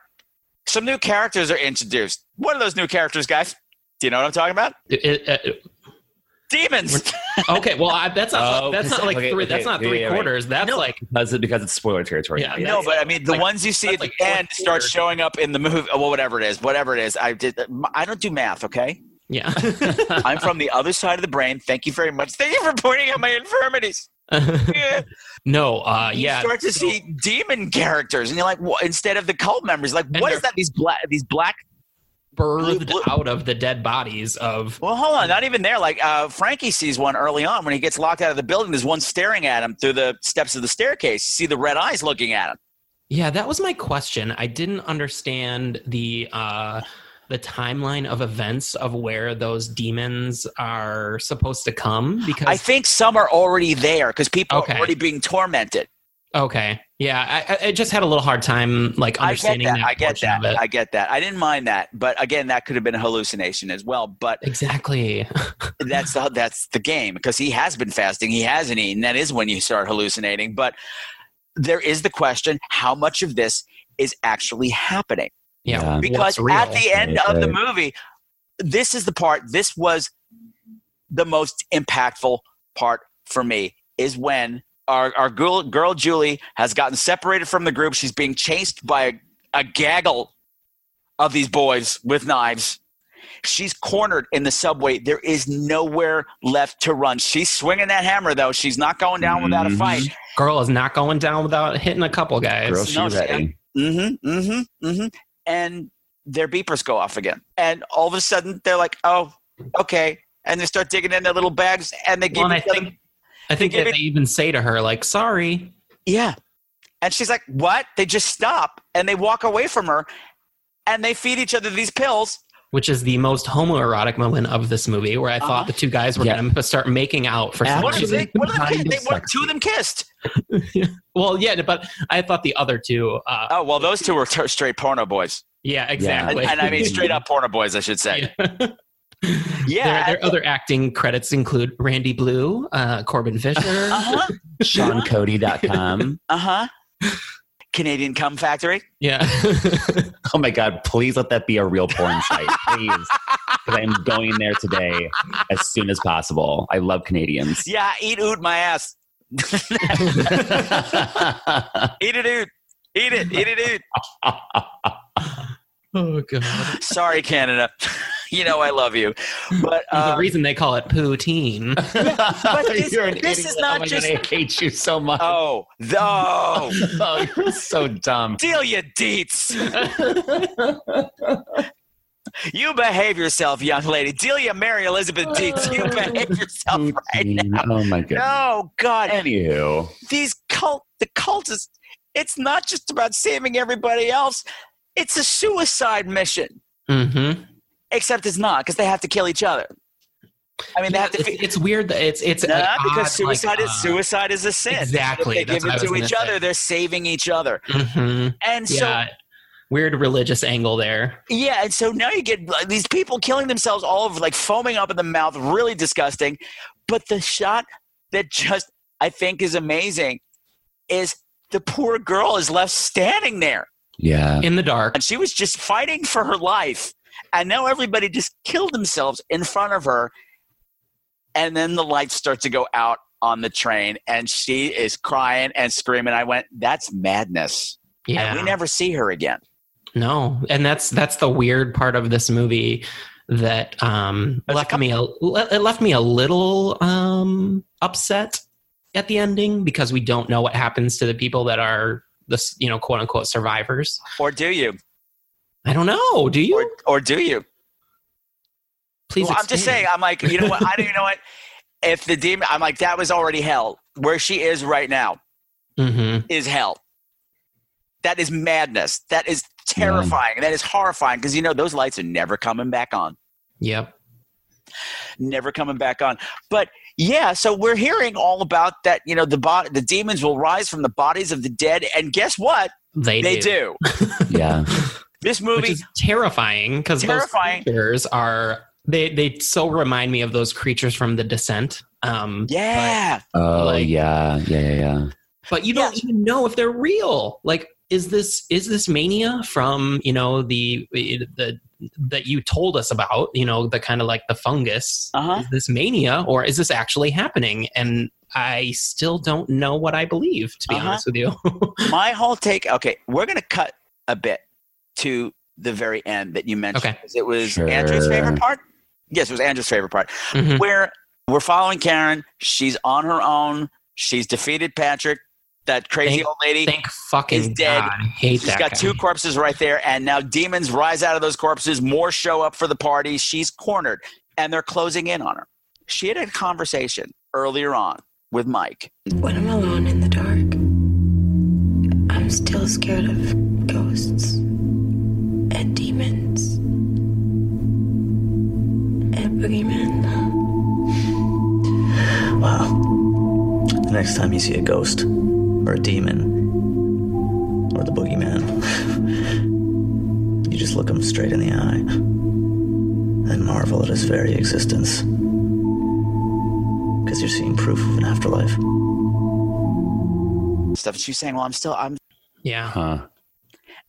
Speaker 10: some new characters are introduced. What are those new characters, guys? Do you know what I'm talking about?
Speaker 11: It- it- it-
Speaker 10: Demons.
Speaker 11: okay, well, I, that's not
Speaker 12: Oh,
Speaker 11: that's not like
Speaker 12: okay,
Speaker 11: three,
Speaker 12: okay,
Speaker 11: that's not
Speaker 12: yeah,
Speaker 11: three
Speaker 12: yeah, right.
Speaker 11: quarters. That's like
Speaker 12: because it, because it's spoiler territory
Speaker 11: Yeah,
Speaker 10: no, but I mean, the
Speaker 11: like-
Speaker 10: ones you see at the end start showing up in the movie. uh, Well, whatever it is, whatever it is. I did. uh, I don't do math. Okay.
Speaker 11: yeah.
Speaker 10: I'm from the other side of the brain. Thank you very much. Thank you for pointing out my infirmities. Yeah.
Speaker 11: no, uh,
Speaker 10: You
Speaker 11: yeah.
Speaker 10: start to see demon characters, and you're like, what? instead of the cult members, like, what is that? These black, these black
Speaker 11: birthed out of the dead bodies of
Speaker 10: Well, hold on. Not even there. Like uh, Frankie sees one early on when he gets locked out of the building. There's one staring at him through the steps of the staircase. You see the red eyes looking at him.
Speaker 11: Yeah, that was my question. I didn't understand the uh the timeline of events of where those demons are supposed to come because
Speaker 10: I think some are already there because people are already being tormented.
Speaker 11: okay. Yeah, I, I- I just had a little hard time like
Speaker 10: I get
Speaker 11: understanding
Speaker 10: that.
Speaker 11: that.
Speaker 10: I get
Speaker 11: portion of
Speaker 10: that.
Speaker 11: it.
Speaker 10: I get that. I didn't mind that, but again, that could have been a hallucination as well. But
Speaker 11: exactly,
Speaker 10: that's the that's the game because he has been fasting. He hasn't eaten. That is when you start hallucinating. But there is the question: how much of this is actually happening?
Speaker 11: Yeah,
Speaker 10: because at the end of the movie, this is the part. This was the most impactful part for me is when our our girl, girl Julie has gotten separated from the group. She's being chased by a, a gaggle of these boys with knives. She's cornered in the subway. There is nowhere left to run. She's swinging that hammer though. She's not going down without a fight.
Speaker 11: girl is not going down without hitting a couple guys.
Speaker 10: Mm-hmm. Mm-hmm. Mm-hmm. And their beepers go off again. And all of a sudden they're like, oh, okay. And they start digging in their little bags and they give
Speaker 11: Well, and I
Speaker 10: each other-
Speaker 11: think I think
Speaker 10: give
Speaker 11: that
Speaker 10: it-
Speaker 11: they even say to her like, "Sorry."
Speaker 10: Yeah. And she's like, what? They just stop and they walk away from her and they feed each other these pills.
Speaker 11: Which is the most homoerotic moment of this movie, where I thought the two guys were going to start making out for some
Speaker 10: What do
Speaker 11: reason.
Speaker 10: they, what do they, kiss? they, what, two of them kissed.
Speaker 11: Well, yeah, but I thought the other two. Uh,
Speaker 10: oh well, those two were t- straight porno boys.
Speaker 11: Yeah, exactly.
Speaker 10: And, and I mean, straight up porno boys, I should say.
Speaker 11: Their,
Speaker 10: Yeah.
Speaker 11: their other acting credits include Randy Blue, uh, Corbin Fisher.
Speaker 10: Uh-huh.
Speaker 12: SeanCody.com.
Speaker 10: Uh huh. Canadian Cum Factory.
Speaker 11: Yeah.
Speaker 12: oh my God. Please let that be a real porn site. Please. 'Cause I'm going there today as soon as possible. I love Canadians.
Speaker 10: Yeah, eat oot my ass. eat it oot. Eat it. Eat it
Speaker 11: Oh god.
Speaker 10: oot. Sorry, Canada. you know I love you. But uh,
Speaker 11: the reason they call it poutine.
Speaker 10: But this,
Speaker 12: You're an
Speaker 10: this
Speaker 12: idiot.
Speaker 10: is
Speaker 12: Oh
Speaker 10: not
Speaker 12: my God,
Speaker 10: just
Speaker 12: I hate you so much.
Speaker 10: Oh, no.
Speaker 12: oh, you're so dumb.
Speaker 10: deal you deets. you behave yourself, young lady. Deal you Mary Elizabeth Deets. You behave yourself right now.
Speaker 12: Oh my God.
Speaker 10: No, God.
Speaker 12: Anywho.
Speaker 10: these cult the cultists it's not just about saving everybody else it's a suicide mission
Speaker 11: Mm-hmm.
Speaker 10: except it's not because they have to kill each other i mean they have to
Speaker 11: It's, it's weird that it's it's
Speaker 10: Nah,
Speaker 11: an odd,
Speaker 10: because
Speaker 11: like,
Speaker 10: suicide
Speaker 11: uh,
Speaker 10: is suicide is a sin
Speaker 11: exactly,
Speaker 10: if they
Speaker 11: that's
Speaker 10: give it
Speaker 11: what I was
Speaker 10: to
Speaker 11: gonna
Speaker 10: each
Speaker 11: say.
Speaker 10: other they're saving each other
Speaker 11: mhm.
Speaker 10: and so
Speaker 11: yeah, weird religious angle there.
Speaker 10: Yeah, and so now you get like, these people killing themselves all over, like foaming up in the mouth, really disgusting. But the shot that just I think is amazing is the poor girl is left standing there.
Speaker 12: Yeah.
Speaker 11: In the dark.
Speaker 10: And she was just fighting for her life. And now everybody just killed themselves in front of her. And then the lights start to go out on the train, and she is crying and screaming. I went, That's madness.
Speaker 11: Yeah.
Speaker 10: And we never see her again.
Speaker 11: No, and that's that's the weird part of this movie that um, left me a le- it left me a little um, upset at the ending because we don't know what happens to the people that are the s- you know quote unquote survivors.
Speaker 10: Or do you?
Speaker 11: I don't know. Do you?
Speaker 10: Or do you?
Speaker 11: Please.
Speaker 10: Well, I'm just saying. uh, I'm like, you know what? I don't even know what. If the demon, I'm like, that was already hell. Where she is right now
Speaker 11: hmm
Speaker 10: is hell. That is madness. That is terrifying. That is horrifying because you know those lights are never coming back on.
Speaker 11: Yep.
Speaker 10: Never coming back on. But yeah, so we're hearing all about that. You know, the bo- the demons will rise from the bodies of the dead, and guess what?
Speaker 11: They
Speaker 10: do.
Speaker 11: do.
Speaker 12: Yeah.
Speaker 10: This movie
Speaker 11: Which is terrifying because those
Speaker 10: Terrifying.
Speaker 11: creatures are they they so remind me of those creatures from The Descent. Um,
Speaker 10: yeah.
Speaker 12: Oh
Speaker 11: Like-
Speaker 12: yeah. Yeah. Yeah. Yeah.
Speaker 11: but you don't even know if they're real like is this is this mania from you know the the that you told us about you know the kind of like the fungus
Speaker 10: uh-huh.
Speaker 11: is this mania or is this actually happening and i still don't know what i believe to be
Speaker 10: Uh-huh.
Speaker 11: honest with you
Speaker 10: my whole take okay we're gonna cut a bit to the very end that you mentioned
Speaker 11: Okay.
Speaker 10: 'cause it was andrew's favorite
Speaker 11: Sure.
Speaker 10: part yes it was andrew's favorite part
Speaker 11: Mhm.
Speaker 10: where we're following karen she's on her own she's defeated patrick that crazy
Speaker 11: Thank-
Speaker 10: old lady
Speaker 11: thank fucking
Speaker 10: is dead.
Speaker 11: God. I hate
Speaker 10: She's
Speaker 11: that
Speaker 10: got
Speaker 11: guy.
Speaker 10: two corpses right there, and now demons rise out of those corpses. More show up for the party. She's cornered, and they're closing in on her. She had a conversation earlier on with Mike.
Speaker 17: When I'm alone in the dark, I'm still scared of ghosts and demons and boogeymen.
Speaker 15: Wow. The next time you see a ghost, or a demon, or the boogeyman, you just look him straight in the eye and marvel at his very existence. Because you're seeing proof of an afterlife.
Speaker 10: Stuff. She's saying, "Well, I'm still I'm."
Speaker 11: Yeah.
Speaker 12: Huh.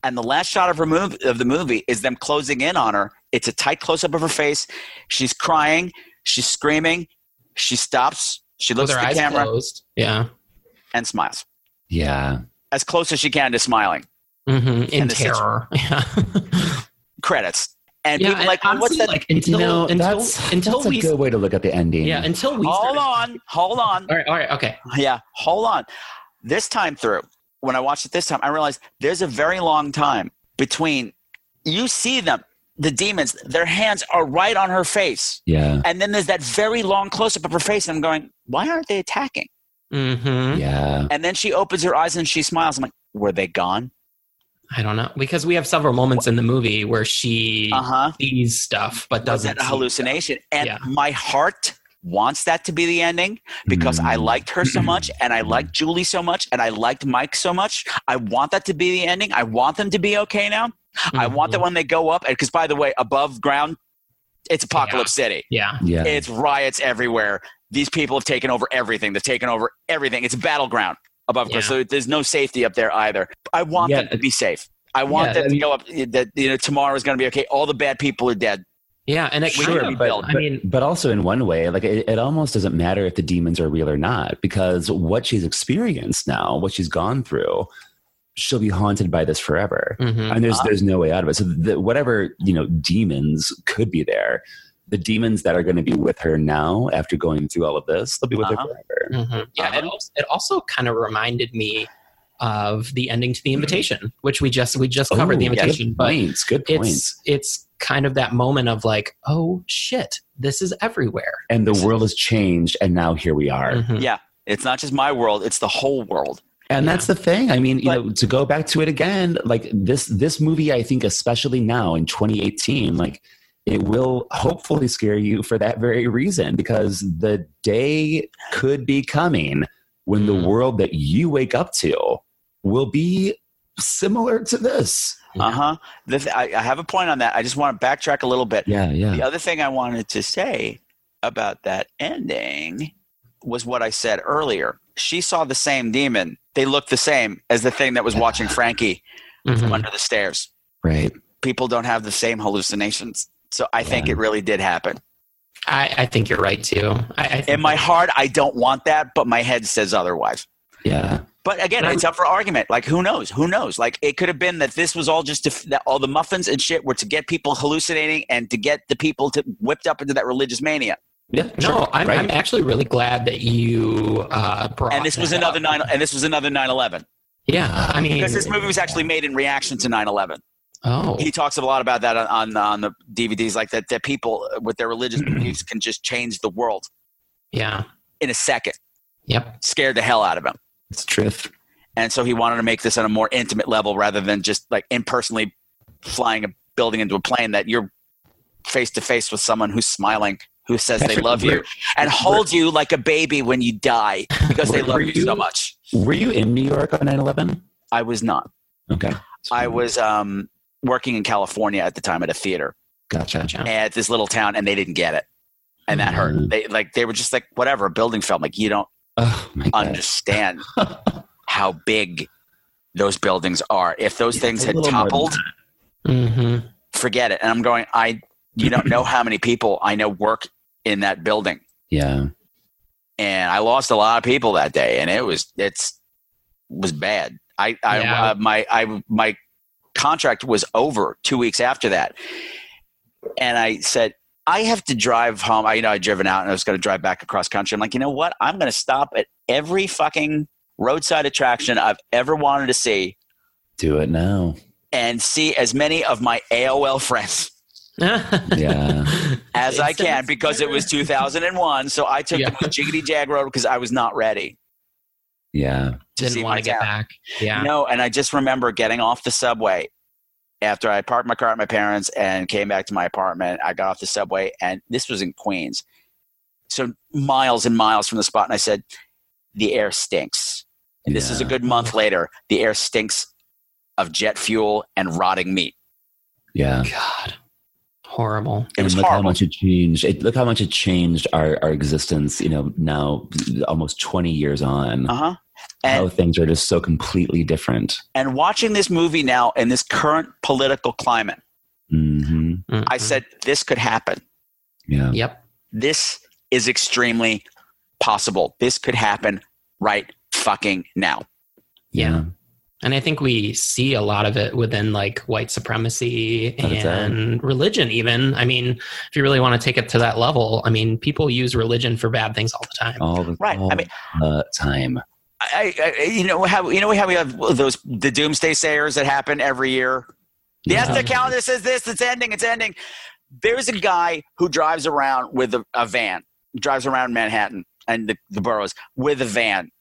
Speaker 10: And the last shot of her mov- of the movie is them closing in on her. It's a tight close up of her face. She's crying. She's screaming. She stops. She looks
Speaker 11: With her
Speaker 10: at
Speaker 11: eyes
Speaker 10: the camera
Speaker 11: closed. Yeah.
Speaker 10: and smiles
Speaker 12: Yeah.
Speaker 10: as close as she can to smiling.
Speaker 11: Mm-hmm. In
Speaker 10: And the situ-
Speaker 11: terror. yeah.
Speaker 10: Credits. And
Speaker 11: Yeah,
Speaker 10: people
Speaker 11: and
Speaker 10: like, well, what's
Speaker 11: honestly,
Speaker 10: that?
Speaker 11: like, until-
Speaker 12: you know,
Speaker 11: until-
Speaker 12: that's,
Speaker 11: until
Speaker 12: that's
Speaker 11: we-
Speaker 12: a good way to look at the ending.
Speaker 11: Yeah. Until we.
Speaker 10: hold
Speaker 11: started-
Speaker 10: on, hold on.
Speaker 11: All right. All right. Okay.
Speaker 10: Yeah, hold on. This time through, when I watched it this time, I realized there's a very long time between you see them, the demons, their hands are right on her face.
Speaker 12: Yeah.
Speaker 10: And then there's that very long close up of her face, and I'm going, why aren't they attacking?
Speaker 11: Mm-hmm.
Speaker 12: Yeah.
Speaker 10: And then she opens her eyes and she smiles. I'm like, were they gone?
Speaker 11: I don't know because we have several moments in the movie where she
Speaker 10: Uh-huh.
Speaker 11: sees stuff but
Speaker 10: Was
Speaker 11: doesn't.
Speaker 10: that a
Speaker 11: see-
Speaker 10: hallucination? And
Speaker 11: Yeah.
Speaker 10: my heart wants that to be the ending because I liked her so much and I liked Julie so much and I liked Mike so much. I want that to be the ending. I want them to be okay now. I want that when they go up, because by the way, above ground, it's Apocalypse City.
Speaker 11: Yeah.
Speaker 12: Yeah.
Speaker 10: It's riots everywhere. These people have taken over everything. They've taken over everything. It's a battleground above ground.
Speaker 11: Yeah.
Speaker 10: So there's no safety up there either. I want
Speaker 12: Yeah.
Speaker 10: them to be safe. I want
Speaker 11: Yeah,
Speaker 10: them
Speaker 12: I
Speaker 10: to
Speaker 12: mean-
Speaker 10: go up. That you know, tomorrow is going to be okay. All the bad people are dead.
Speaker 11: Yeah. And it
Speaker 10: Sure,
Speaker 11: kind of,
Speaker 10: but-
Speaker 11: I mean,
Speaker 12: but also in one way like it, it almost doesn't matter if the demons are real or not because what she's experienced now what she's gone through she'll be haunted by this forever
Speaker 11: Mhm.
Speaker 12: and there's there's no way out of it so the, whatever you know demons could be there the demons that are going to be with her now after going through all of this they'll be with
Speaker 10: Uh-huh.
Speaker 12: her forever
Speaker 11: Mhm. Yeah, it also, it also kind of reminded me of the ending to the invitation, which we just we just covered the
Speaker 12: Oh, yeah, good
Speaker 11: invitation, but
Speaker 12: points, good
Speaker 11: it's
Speaker 12: points
Speaker 11: it's kind of that moment of like, oh shit, this is everywhere.
Speaker 12: and the world has changed and now here we are
Speaker 11: Mhm.
Speaker 10: Yeah. It's not just my world, it's the whole world.
Speaker 12: And that's the thing. I mean, you know, to go back to it again, like this this movie, I think especially now in 2018, like it will hopefully scare you for that very reason because the day could be coming when the world that you wake up to will be similar to this.
Speaker 10: Uh huh. Th- I, I have a point on that. I just want to backtrack a little bit.
Speaker 12: Yeah, yeah.
Speaker 10: The other thing I wanted to say about that ending was what I said earlier. She saw the same demon. They looked the same as the thing that was watching Frankie from
Speaker 11: Mhm.
Speaker 10: under the stairs.
Speaker 12: Right.
Speaker 10: People don't have the same hallucinations. So I think
Speaker 12: Yeah.
Speaker 10: it really did happen.
Speaker 11: I, I think you're right too. I, I think
Speaker 10: In my heart, I don't want that, but my head says otherwise.
Speaker 12: Yeah.
Speaker 10: But again,
Speaker 11: And
Speaker 10: it's up for argument. Like, who knows? Who knows? Like, it could have been that this was all just to, f- that all the muffins and shit were to get people hallucinating and to get the people to whipped up into that religious mania.
Speaker 12: Yeah.
Speaker 11: no,
Speaker 12: sure,
Speaker 11: I'm,
Speaker 12: right.
Speaker 11: I'm actually really glad that you uh, brought.
Speaker 10: and this was
Speaker 11: that
Speaker 10: another
Speaker 11: up.
Speaker 10: nine. And this was another nine eleven.
Speaker 11: Yeah, I mean,
Speaker 10: Because this movie was actually made in reaction to nine eleven.
Speaker 11: oh,
Speaker 10: He talks a lot about that on on, on the DVDs, like that that people with their religious beliefs can just change the world
Speaker 11: yeah,
Speaker 10: in a second.
Speaker 11: yep,
Speaker 10: Scared the hell out of him.
Speaker 12: It's truth.
Speaker 10: And so he wanted to make this on a more intimate level rather than just like impersonally flying a building into a plane that you're face to face with someone who's smiling, who says they love you and holds you like a baby when you die because they
Speaker 12: Were-
Speaker 10: love
Speaker 12: were
Speaker 10: you,
Speaker 12: you-
Speaker 10: so much.
Speaker 12: Were you in New York on 9-11?
Speaker 10: I was not.
Speaker 12: Okay.
Speaker 10: I was um, working in California at the time at a theater
Speaker 12: Gotcha.
Speaker 11: gotcha.
Speaker 10: at this little town and they didn't get it. And that hurt.
Speaker 12: Mhm.
Speaker 10: They like they were just like, whatever, a building fell. I'm Like you don't
Speaker 12: Oh my god.
Speaker 10: understand how big those buildings are. If those things
Speaker 12: a
Speaker 10: had
Speaker 12: little more than
Speaker 10: toppled,
Speaker 11: Mm-hmm.
Speaker 10: forget it. And I'm going, I you don't know how many people I know work in that building.
Speaker 12: Yeah.
Speaker 10: And I lost a lot of people that day and it was it's was bad. I I
Speaker 11: Yeah.
Speaker 10: uh, my I my contract was over 2 weeks after that. And I said I have to drive home. I you know I'd driven out and I was going to drive back across country. I'm like, "You know what? I'm going to stop at every fucking roadside attraction I've ever wanted to see
Speaker 12: Do it now.
Speaker 10: and see as many of my AOL friends
Speaker 12: Yeah.
Speaker 10: as I can because it was 2001. So I took the jiggity jag road because I was not ready.
Speaker 12: Yeah.
Speaker 10: Didn't want to get back.
Speaker 11: Yeah.
Speaker 10: No, and I just remember getting off the subway after I parked my car at my parents and came back to my apartment. I got off the subway, and this was in Queens. So miles and miles from the spot. And I said, The air stinks. And this is a good month later. The air stinks of jet fuel and rotting meat.
Speaker 12: Yeah.
Speaker 11: Horrible.
Speaker 10: It was
Speaker 12: and look
Speaker 10: horrible.
Speaker 12: how much it changed. It, look how much it changed our, our existence, you know, now almost 20 years on.
Speaker 10: Uh huh.
Speaker 12: how things are just so completely different.
Speaker 10: And watching this movie now in this current political climate,
Speaker 12: hmm
Speaker 10: I said, This could happen.
Speaker 12: Yeah.
Speaker 11: Mm-hmm. Yep.
Speaker 10: This is extremely possible. This could happen right fucking now.
Speaker 11: Yeah. And I think we see a lot of it within like white supremacy
Speaker 10: That's right.
Speaker 11: and religion, even. I mean, if you really want to take it to that level, I mean, people use religion for bad things all the time.
Speaker 12: All the,
Speaker 10: Right, I
Speaker 12: all
Speaker 10: mean-
Speaker 12: the time.
Speaker 10: I, I you know how you know how we have those the doomsday sayers that happen every year. Yes, the calendar says this. It's ending. It's ending. There's a guy who drives around with a, a van, drives around Manhattan and the, the boroughs with a van,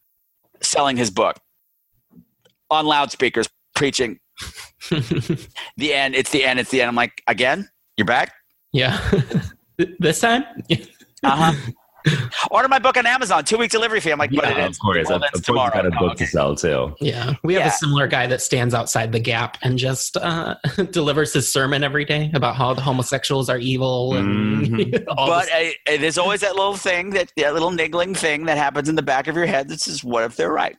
Speaker 10: selling his book on loudspeakers, preaching the end. It's the end. It's the end. I'm like, again, you're back.
Speaker 11: Yeah. this time?
Speaker 10: Uh huh. Order my book on Amazon. Two week delivery fee. I'm like, but it
Speaker 12: Yeah,
Speaker 10: ends.
Speaker 12: of course.
Speaker 10: Well,
Speaker 12: Of-
Speaker 10: that's
Speaker 12: of course,
Speaker 10: tomorrow.
Speaker 12: you got a
Speaker 10: Oh,
Speaker 12: book to sell too.
Speaker 11: Yeah. We have
Speaker 10: Yeah.
Speaker 11: a similar guy that stands outside the gap and just uh, delivers his sermon every day about how the homosexuals are evil and all
Speaker 10: but
Speaker 11: this-
Speaker 10: I, I- there's always that little thing that that little niggling thing that happens in the back of your head that says, "What if they're right?"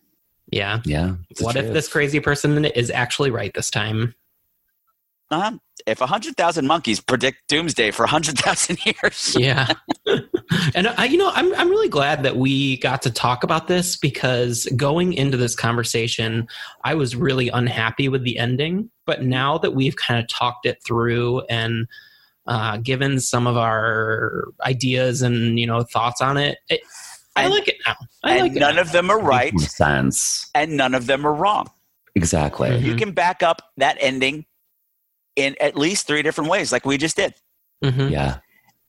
Speaker 11: Yeah.
Speaker 12: Yeah.
Speaker 11: What if this crazy person is actually right this time?
Speaker 10: Uh-huh. If hundred thousand monkeys predict doomsday for hundred thousand years,
Speaker 11: yeah and I, you know I'm, I'm really glad that we got to talk about this because going into this conversation i was really unhappy with the ending but now that we've kind of talked it through and uh, given some of our ideas and you know thoughts on it, it i like it now i
Speaker 10: and
Speaker 11: like it
Speaker 10: none
Speaker 11: now.
Speaker 10: of them are right,
Speaker 12: Makes more sense.
Speaker 10: and none of them are wrong.
Speaker 12: Exactly.
Speaker 11: Mm-hmm.
Speaker 10: You can back up that ending in at least three different ways, like we just did,
Speaker 11: Mm-hmm.
Speaker 12: Yeah.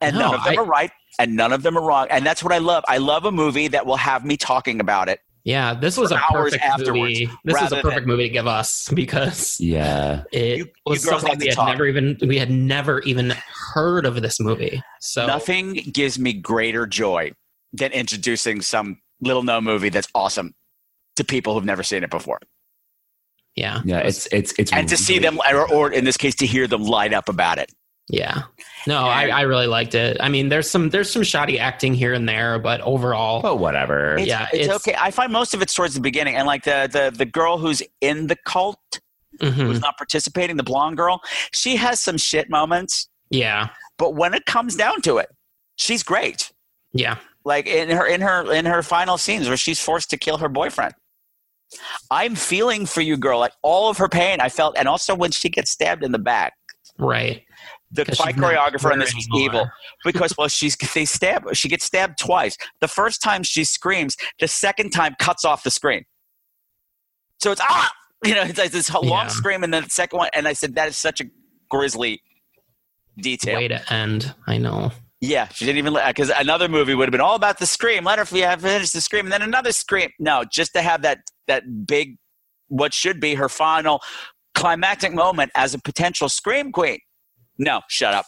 Speaker 10: and
Speaker 11: No,
Speaker 10: none of them
Speaker 11: I-
Speaker 10: are right, and none of them are wrong, and that's what I love. I love a movie that will have me talking about it.
Speaker 11: yeah this was a
Speaker 10: For hours
Speaker 11: perfect
Speaker 10: afterwards,
Speaker 11: movie this was
Speaker 10: rather
Speaker 11: a perfect movie to give us because
Speaker 12: Yeah.
Speaker 11: it was
Speaker 10: girls
Speaker 11: something
Speaker 10: like to
Speaker 11: we had
Speaker 10: talk.
Speaker 11: never even we had never even heard of this movie so
Speaker 10: Nothing gives me greater joy than introducing some little known movie that's awesome to people who've never seen it before.
Speaker 11: yeah
Speaker 12: Yeah. It's it's it's
Speaker 10: And to see them,
Speaker 11: Mm-hmm.
Speaker 10: or, or in this case, to hear them light up about it.
Speaker 11: Yeah. No, I, I really liked it. I mean, there's some there's some shoddy acting here and there, but overall,
Speaker 12: But whatever.
Speaker 10: It's,
Speaker 11: Yeah,
Speaker 10: it's,
Speaker 11: it's-
Speaker 10: okay. I find most of it's towards the beginning, and like the the the girl who's in the cult, who's
Speaker 11: mhm.
Speaker 10: not participating, the blonde girl, she has some shit moments,
Speaker 11: yeah,
Speaker 10: but when it comes down to it, she's great.
Speaker 11: yeah,
Speaker 10: Like in her in her in her final scenes where she's forced to kill her boyfriend. I'm feeling for you, girl. Like all of her pain, I felt, and also when she gets stabbed in the back.
Speaker 11: right.
Speaker 10: the
Speaker 11: 'Cause
Speaker 10: fight
Speaker 11: she's not
Speaker 10: choreographer in this
Speaker 11: there
Speaker 10: was
Speaker 11: anymore.
Speaker 10: evil because well she's they stab she gets stabbed twice the first time she screams the second time cuts off the screen so it's ah you know it's like this long
Speaker 11: Yeah.
Speaker 10: scream and then the second one and i said that is such a grisly detail
Speaker 11: Way to end. I know.
Speaker 10: yeah she didn't even because another movie would have been all about the scream let her fi- finish the scream and then another scream no just to have that that big what should be her final climactic moment as a potential scream queen no shut up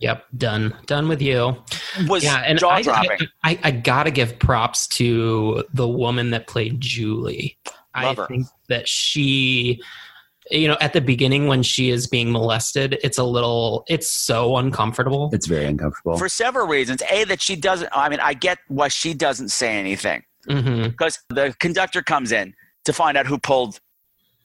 Speaker 11: Yep, done, done with you.
Speaker 10: was
Speaker 11: yeah, and
Speaker 10: jaw
Speaker 11: I,
Speaker 10: dropping.
Speaker 11: I, I, I gotta give props to the woman that played Julie.
Speaker 10: Love
Speaker 11: I
Speaker 10: her.
Speaker 11: think that she, you know, at the beginning when she is being molested, it's a little, it's so uncomfortable.
Speaker 12: It's very uncomfortable.
Speaker 10: for several reasons. A that she doesn't. I mean, I get why she doesn't say anything
Speaker 11: hmm
Speaker 10: because the conductor comes in to find out who pulled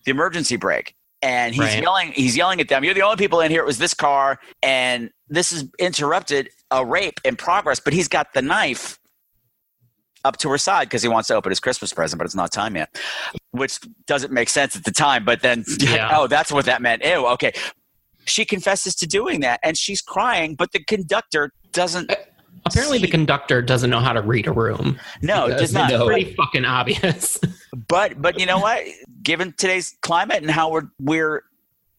Speaker 10: the emergency brake, and he's
Speaker 11: Right.
Speaker 10: yelling. He's yelling at them. You're the only people in here. It was this car, and this is interrupted a rape in progress. But he's got the knife up to her side because he wants to open his Christmas present, but it's not time yet, which doesn't make sense at the time. But then,
Speaker 11: Yeah.
Speaker 10: oh, that's what that meant. Ew. Okay. She confesses to doing that, and she's crying, but the conductor doesn't
Speaker 11: Apparently, the conductor doesn't know how to read a room.
Speaker 10: No, it
Speaker 11: Because
Speaker 10: does not.
Speaker 11: It's
Speaker 10: No.
Speaker 11: pretty fucking obvious.
Speaker 10: But but you know what? Given today's climate and how we're we're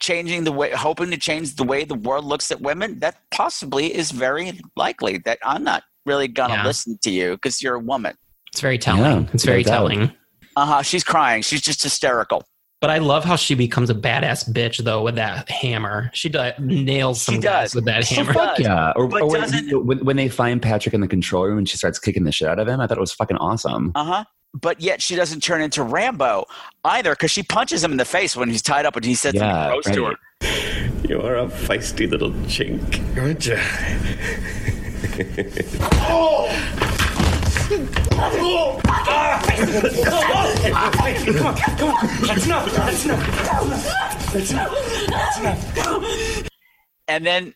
Speaker 10: changing the way, hoping to change the way the world looks at women, that possibly is very likely. That I'm not really gonna listen to you because you're a woman.
Speaker 11: It's very telling. it's very telling.
Speaker 10: Uh huh. She's crying. She's just hysterical.
Speaker 11: But I love how she becomes a badass bitch though with that hammer. She d- nails some guys with that hammer.
Speaker 12: Fuck yeah. Or,
Speaker 10: But
Speaker 12: or when,
Speaker 10: doesn't-
Speaker 12: when, when they find Patrick in the control room and she starts kicking the shit out of him, I thought it was fucking awesome.
Speaker 10: Uh huh. But yet she doesn't turn into Rambo either because she punches him in the face when he's tied up and he says something
Speaker 12: Yeah,
Speaker 10: gross to her.
Speaker 12: right.
Speaker 16: You are a feisty little chink, aren't you?
Speaker 5: Oh! Oh! Ah! Come on, come on. That's enough. That's enough. That's enough. That's enough.
Speaker 10: And then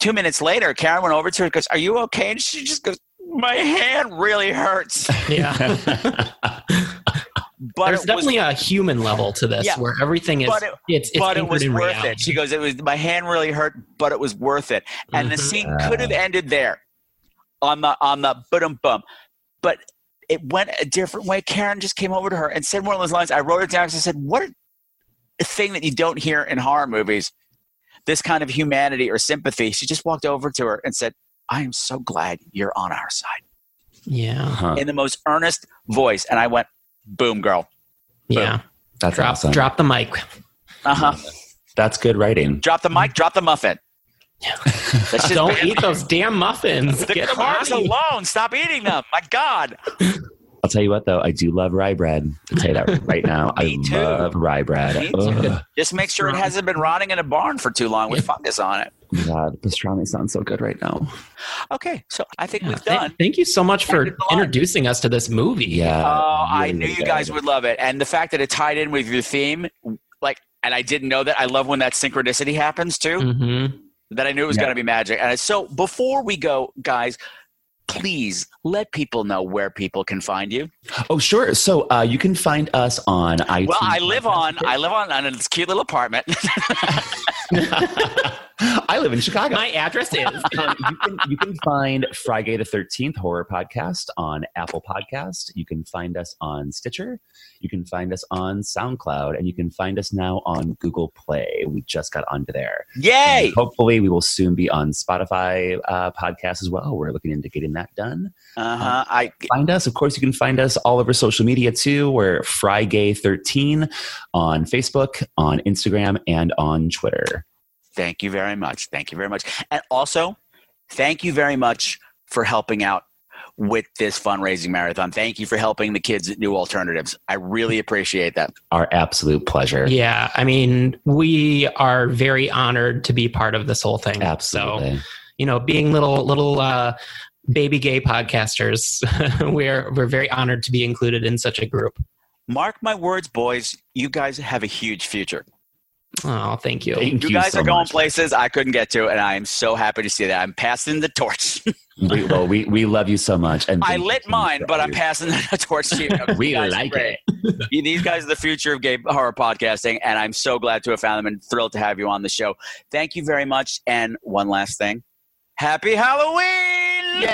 Speaker 10: two minutes later, Karen went over to her and goes, Are you okay? And she just goes, My hand really hurts.
Speaker 11: Yeah.
Speaker 10: But
Speaker 11: There's
Speaker 10: it was-
Speaker 11: definitely a human level to this
Speaker 10: Yeah.
Speaker 11: where everything is
Speaker 10: But it-
Speaker 11: it's, it's
Speaker 10: but it
Speaker 11: anchored
Speaker 10: was
Speaker 11: in
Speaker 10: worth
Speaker 11: reality.
Speaker 10: it. She goes, It was my hand really hurt, but it was worth it. And the
Speaker 11: Mhm.
Speaker 10: scene could have ended there on the on the bum bum. But it went a different way. Karen just came over to her and said one of those lines. I wrote it down because I said, What a thing that you don't hear in horror movies. This kind of humanity or sympathy. She just walked over to her and said, I am so glad you're on our side.
Speaker 11: Yeah.
Speaker 12: Uh-huh.
Speaker 10: in the most earnest voice. And I went, boom, girl.
Speaker 11: Yeah.
Speaker 12: That's
Speaker 11: drop,
Speaker 12: awesome.
Speaker 11: Drop the mic.
Speaker 10: Uh huh.
Speaker 12: That's good writing.
Speaker 10: Drop the mic, drop the muffin. That's just
Speaker 11: Don't
Speaker 10: bad.
Speaker 11: eat those damn muffins.
Speaker 10: The
Speaker 11: Get 'em out of
Speaker 10: carbs
Speaker 11: here.
Speaker 10: alone. Stop eating them. My God.
Speaker 12: I'll tell you what, though, I do love rye bread. I'll tell you that right now. I love rye bread. Ugh,
Speaker 10: Just make sure it hasn't been rotting in a barn for too long with fungus on it.
Speaker 12: God, pastrami sounds so good right now.
Speaker 10: Okay. So I think we've
Speaker 11: Th-
Speaker 10: done.
Speaker 11: Thank Uh, you so much for introducing us to this movie.
Speaker 12: Yeah.
Speaker 10: Oh, I knew you guys would love it. And the fact that it tied in with your theme, like, and I didn't know that. I love when that synchronicity happens too.
Speaker 11: Mm-hmm.
Speaker 10: that I knew it was
Speaker 11: Mm. Yeah.
Speaker 10: going to be magic. And I- so before we go, guys, please let people know where people can find you.
Speaker 12: Oh, sure. So uh, you can find us on iTunes.
Speaker 10: well, I live on I live on on this cute little apartment.
Speaker 12: I live in Chicago.
Speaker 11: My address is.
Speaker 12: Um, you, can, you can find Friday the 13th Horror Podcast on Apple Podcast. You can find us on Stitcher. You can find us on SoundCloud. And you can find us now on Google Play. We just got onto there.
Speaker 10: Yay!
Speaker 12: And hopefully, we will soon be on Spotify uh, podcast as well. We're looking into getting that done.
Speaker 10: Uh-huh. I
Speaker 12: find us. Of course, you can find us all over social media too. We're Frygay13 on Facebook, on Instagram, and on Twitter.
Speaker 10: Thank you very much. Thank you very much. And also, thank you very much for helping out with this fundraising marathon. Thank you for helping the kids at New Alternatives. I really appreciate that.
Speaker 12: Our absolute pleasure.
Speaker 11: Yeah, I mean, we are very honored to be part of this whole thing.
Speaker 12: Absolutely.
Speaker 11: So, you know, being little little uh, baby gay podcasters, we're we're very honored to be included in such a group.
Speaker 10: Mark my words, boys, you guys have a huge future.
Speaker 11: Oh, thank you.
Speaker 10: guys are going places I couldn't get to, and I am so happy to see that. I'm passing the torch.
Speaker 12: we, well, we, we love you so much. And
Speaker 10: I lit mine, but I'm passing the torch to you.
Speaker 12: We
Speaker 10: You guys are
Speaker 12: like
Speaker 10: great. You- These guys are the future of gay horror podcasting, and I'm so glad to have found them and thrilled to have you on the show. Thank you very much. And one last thing Happy Halloween!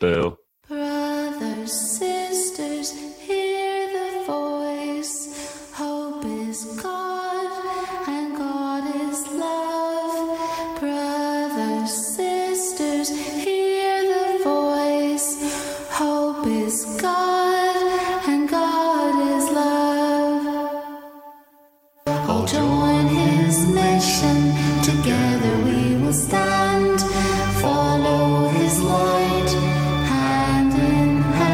Speaker 12: Boo.
Speaker 17: Brothers, sisters, hear the voice. Hope is God, and God is love. Brothers, sisters, hear the voice. Hope is God, and God is love. All join his mission, together we will stand. Follow his light. and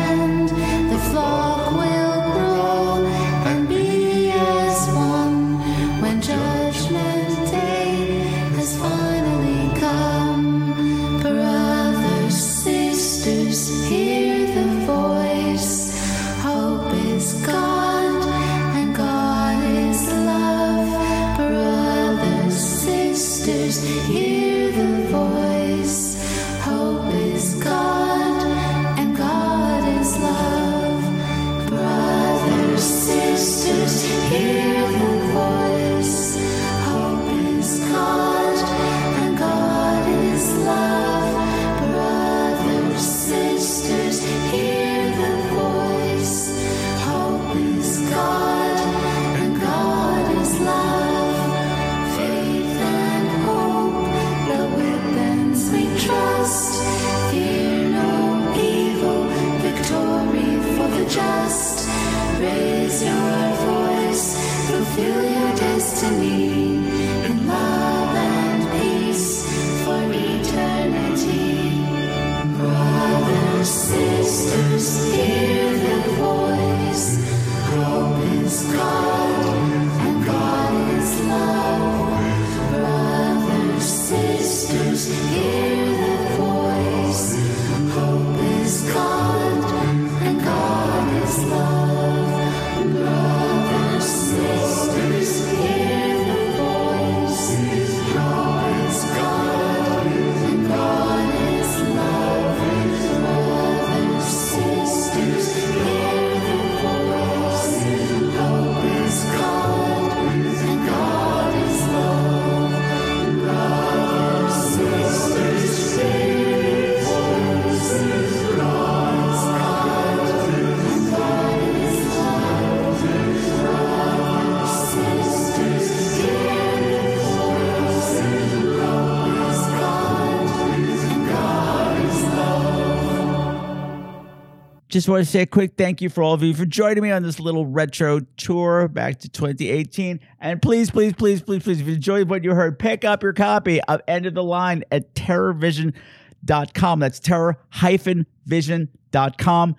Speaker 3: Just want to say a quick thank you for all of you for joining me on this little retro tour back to 2018. And please, please, please, please, please, if you enjoyed what you heard, pick up your copy of End of the Line at terrorvision.com. That's terror-vision.com.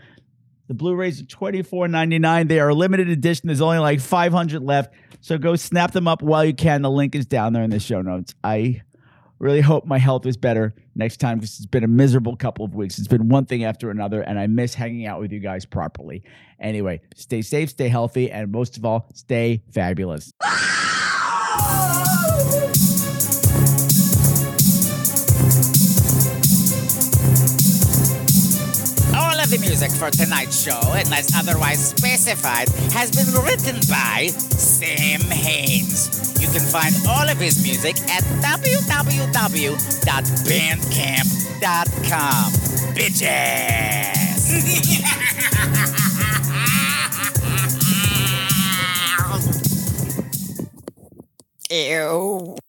Speaker 3: The Blu-rays are $24.99. They are a limited edition. There's only like 500 left. So go snap them up while you can. The link is down there in the show notes. I really hope my health is better next time because it's been a miserable couple of weeks. It's been one thing after another, and I miss hanging out with you guys properly. Anyway, stay safe, stay healthy, and most of all, stay fabulous.
Speaker 18: All of the music for tonight's show, unless otherwise specified, has been written by Sam Haynes. You can find all of his music at www.bandcamp.com. Bitches! Ew.